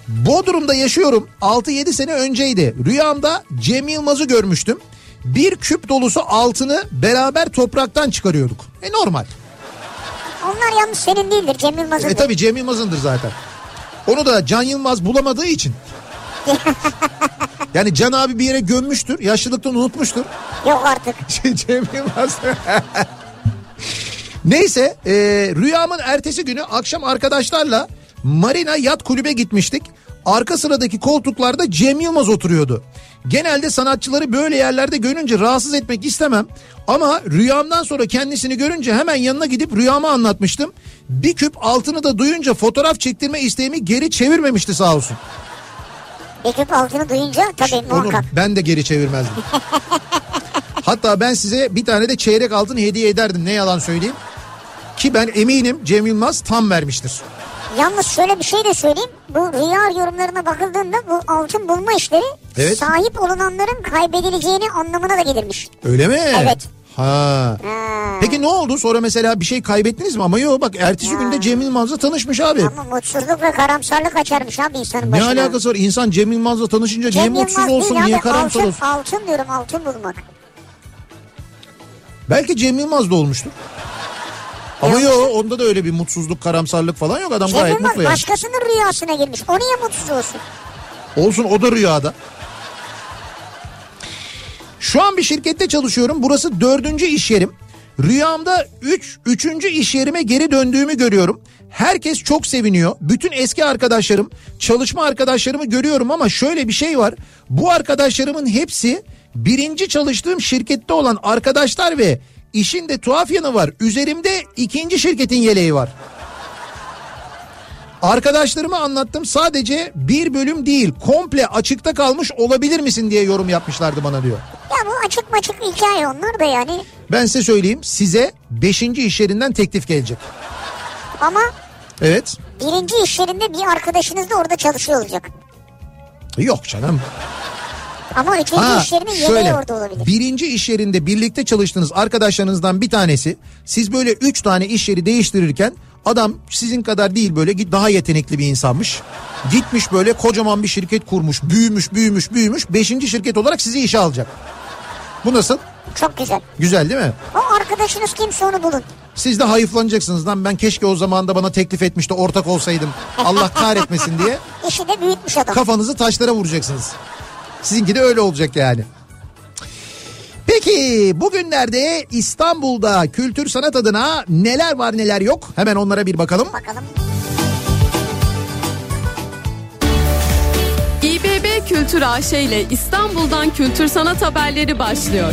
Speaker 2: Bodrum'da yaşıyorum. 6-7 sene önceydi. Rüyamda Cem Yılmaz'ı görmüştüm. Bir küp dolusu altını beraber topraktan çıkarıyorduk. E normal.
Speaker 3: Onlar yalnız senin değildir Cem Yılmaz'ın.
Speaker 2: E tabi Cem Yılmaz'ındır zaten. Onu da Can Yılmaz bulamadığı için. yani Can abi bir yere gömmüştür. Yaşlılıktan unutmuştur.
Speaker 3: Yok artık.
Speaker 2: Şey, Cem Yılmaz. Neyse e, rüyamın ertesi günü akşam arkadaşlarla Marina Yat Kulübe gitmiştik. Arka sıradaki koltuklarda Cem Yılmaz oturuyordu. Genelde sanatçıları böyle yerlerde görünce rahatsız etmek istemem. Ama rüyamdan sonra kendisini görünce hemen yanına gidip rüyamı anlatmıştım. Bir küp altını da duyunca fotoğraf çektirme isteğimi geri çevirmemişti sağ olsun.
Speaker 3: Ekip altını duyunca tabii
Speaker 2: Onu
Speaker 3: muhakkak.
Speaker 2: ben de geri çevirmezdim. Hatta ben size bir tane de çeyrek altın hediye ederdim ne yalan söyleyeyim. Ki ben eminim Cem Yılmaz tam vermiştir.
Speaker 3: Yalnız şöyle bir şey de söyleyeyim. Bu rüya yorumlarına bakıldığında bu altın bulma işleri
Speaker 2: Evet.
Speaker 3: sahip olunanların kaybedileceğini anlamına da gelirmiş.
Speaker 2: Öyle mi?
Speaker 3: Evet. Hmm.
Speaker 2: Ha.
Speaker 3: Ha.
Speaker 2: Peki ne oldu? Sonra mesela bir şey kaybettiniz mi? Ama yok bak ertesi
Speaker 3: Hmm.
Speaker 2: günde Cem Yılmaz'la tanışmış abi.
Speaker 3: Ama mutsuzluk ve karamsarlık açarmış abi insanın
Speaker 2: Ne
Speaker 3: başına.
Speaker 2: alakası var? İnsan Cem Yılmaz'la tanışınca
Speaker 3: Cem
Speaker 2: niye mutsuz
Speaker 3: Yılmaz
Speaker 2: olsun,
Speaker 3: değil
Speaker 2: niye
Speaker 3: abi,
Speaker 2: karamsar
Speaker 3: altın,
Speaker 2: olsun?
Speaker 3: Altın diyorum altın bulmak.
Speaker 2: Belki Cem Yılmaz da olmuştur. Ama
Speaker 3: Yok.
Speaker 2: yok onda da öyle bir mutsuzluk, karamsarlık falan yok. Adam
Speaker 3: Cem
Speaker 2: gayet
Speaker 3: Yılmaz
Speaker 2: mutlu yani.
Speaker 3: başkasının rüyasına girmiş. O niye mutsuz olsun?
Speaker 2: Olsun o da rüyada. Şu an bir şirkette çalışıyorum. Burası dördüncü iş yerim. Rüyamda üç, üçüncü iş yerime geri döndüğümü görüyorum. Herkes çok seviniyor. Bütün eski arkadaşlarım, çalışma arkadaşlarımı görüyorum ama şöyle bir şey var. Bu arkadaşlarımın hepsi birinci çalıştığım şirkette olan arkadaşlar ve işin de tuhaf yanı var. Üzerimde ikinci şirketin yeleği var. Arkadaşlarıma anlattım sadece bir bölüm değil komple açıkta kalmış olabilir misin diye yorum yapmışlardı bana diyor.
Speaker 3: Ya bu açık maçık hikaye onlar da yani.
Speaker 2: Ben size söyleyeyim size 5. iş yerinden teklif gelecek.
Speaker 3: Ama
Speaker 2: Evet.
Speaker 3: birinci iş yerinde bir arkadaşınız da orada çalışıyor olacak.
Speaker 2: Yok canım.
Speaker 3: Ama ikinci iş yerinin yemeği orada olabilir.
Speaker 2: birinci iş yerinde birlikte çalıştığınız arkadaşlarınızdan bir tanesi siz böyle üç tane iş yeri değiştirirken adam sizin kadar değil böyle git- daha yetenekli bir insanmış. Gitmiş böyle kocaman bir şirket kurmuş büyümüş büyümüş büyümüş beşinci şirket olarak sizi işe alacak. Bu nasıl?
Speaker 3: Çok güzel.
Speaker 2: Güzel değil mi?
Speaker 3: O arkadaşınız kimse onu bulun.
Speaker 2: Siz de hayıflanacaksınız lan ben keşke o zaman da bana teklif etmişti ortak olsaydım. Allah kahretmesin diye
Speaker 3: İşi de büyütmüş adam.
Speaker 2: kafanızı taşlara vuracaksınız. Sizinki de öyle olacak yani. Peki bugünlerde İstanbul'da kültür sanat adına neler var neler yok hemen onlara bir bakalım.
Speaker 3: Bakalım.
Speaker 4: İBB Kültür AŞ ile İstanbul'dan kültür sanat haberleri başlıyor.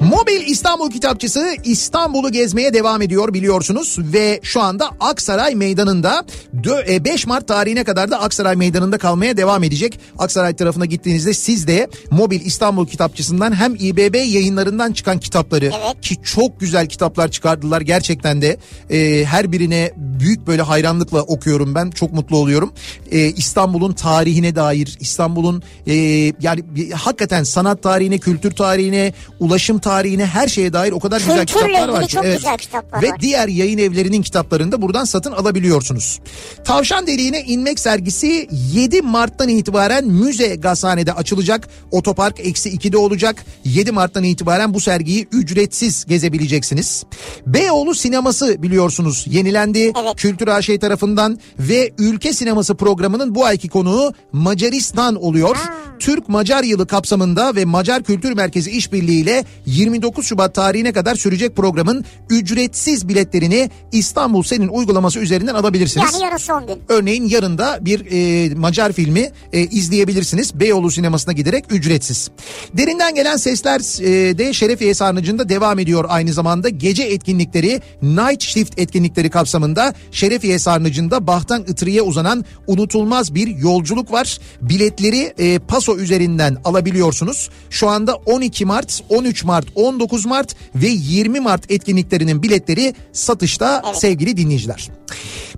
Speaker 2: Mobil İstanbul Kitapçısı İstanbul'u gezmeye devam ediyor biliyorsunuz ve şu anda Aksaray Meydanı'nda dö- e, 5 Mart tarihine kadar da Aksaray Meydanı'nda kalmaya devam edecek. Aksaray tarafına gittiğinizde siz de Mobil İstanbul Kitapçısı'ndan hem İBB yayınlarından çıkan kitapları
Speaker 3: Evet.
Speaker 2: ki çok güzel kitaplar çıkardılar gerçekten de e, her birine büyük böyle hayranlıkla okuyorum ben çok mutlu oluyorum. E, İstanbul'un tarihine dair İstanbul'un e, yani bir- hakikaten sanat tarihine kültür tarihine ulaşım tarihine her şeye dair o kadar güzel
Speaker 3: Kültürle
Speaker 2: kitaplar var
Speaker 3: ilgili
Speaker 2: ki.
Speaker 3: çok güzel kitaplar
Speaker 2: Ve
Speaker 3: var.
Speaker 2: diğer yayın evlerinin kitaplarını da buradan satın alabiliyorsunuz. Tavşan Deliğine İnmek sergisi 7 Mart'tan itibaren müze gazhanede açılacak. Otopark eksi 2'de olacak. 7 Mart'tan itibaren bu sergiyi ücretsiz gezebileceksiniz. Beyoğlu sineması biliyorsunuz yenilendi.
Speaker 3: Evet.
Speaker 2: Kültür AŞ tarafından ve ülke sineması programının bu ayki konuğu Macaristan oluyor. Türk-Macar yılı kapsamında ve Macar Kültür Merkezi işbirliğiyle 29 Şubat tarihine kadar sürecek programın ücretsiz biletlerini İstanbul Senin uygulaması üzerinden alabilirsiniz.
Speaker 3: Yani yarın son gün.
Speaker 2: Örneğin yarın da bir e, Macar filmi e, izleyebilirsiniz. Beyoğlu sinemasına giderek ücretsiz. Derinden gelen sesler e, de Şerefiye Sarnıcı'nda devam ediyor aynı zamanda. Gece etkinlikleri Night Shift etkinlikleri kapsamında Şerefiye Sarnıcı'nda Bahtan Itri'ye uzanan unutulmaz bir yolculuk var. Biletleri e, Paso üzerinden alabiliyorsunuz. Şu anda 12 Mart, 13 Mart, 19 Mart ve 20 Mart etkinliklerinin biletleri satışta sevgili dinleyiciler.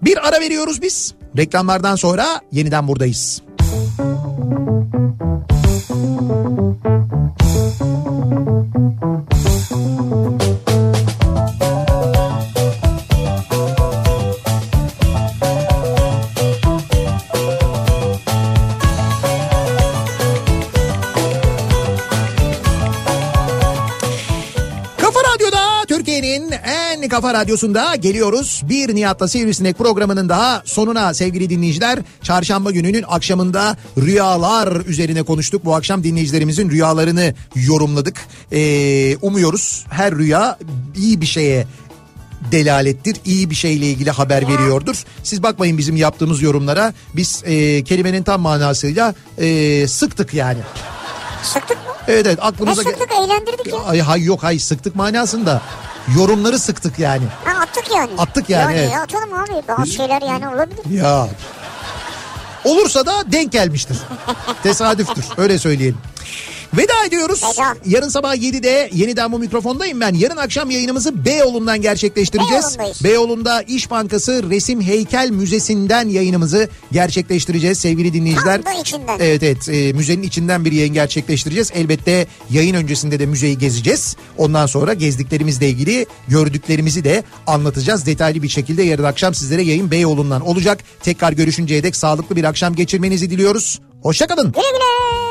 Speaker 2: Bir ara veriyoruz biz. Reklamlardan sonra yeniden buradayız. Kafa Radyo'da Türkiye'nin en kafa radyosunda geliyoruz. Bir Nihat'la Sivrisinek programının daha sonuna sevgili dinleyiciler. Çarşamba gününün akşamında rüyalar üzerine konuştuk. Bu akşam dinleyicilerimizin rüyalarını yorumladık. Ee, umuyoruz her rüya iyi bir şeye delalettir. iyi bir şeyle ilgili haber veriyordur. Siz bakmayın bizim yaptığımız yorumlara. Biz e, kelimenin tam manasıyla e, sıktık yani.
Speaker 3: Sıktık mı?
Speaker 2: Evet evet
Speaker 3: Ne
Speaker 2: aklımıza... ge-
Speaker 3: sıktık eğlendirdik ya.
Speaker 2: Ay, hay yok hay sıktık manasında. Yorumları sıktık yani.
Speaker 3: Ha attık yani.
Speaker 2: Attık yani,
Speaker 3: Yani
Speaker 2: evet.
Speaker 3: ya atalım abi bazı şeyler yani olabilir.
Speaker 2: Ya. Olursa da denk gelmiştir. Tesadüftür öyle söyleyelim. Veda ediyoruz.
Speaker 3: Veda.
Speaker 2: Yarın sabah 7'de yeniden bu mikrofondayım ben. Yarın akşam yayınımızı Beyoğlu'ndan gerçekleştireceğiz.
Speaker 3: Beyoğlu'ndayız.
Speaker 2: Beyoğlu'nda İş Bankası Resim Heykel Müzesi'nden yayınımızı gerçekleştireceğiz sevgili dinleyiciler.
Speaker 3: Tam da içinden.
Speaker 2: Evet evet e, müzenin içinden bir yayın gerçekleştireceğiz. Elbette yayın öncesinde de müzeyi gezeceğiz. Ondan sonra gezdiklerimizle ilgili gördüklerimizi de anlatacağız. Detaylı bir şekilde yarın akşam sizlere yayın Beyoğlu'ndan olacak. Tekrar görüşünceye dek sağlıklı bir akşam geçirmenizi diliyoruz. Hoşçakalın.
Speaker 3: Güle güle.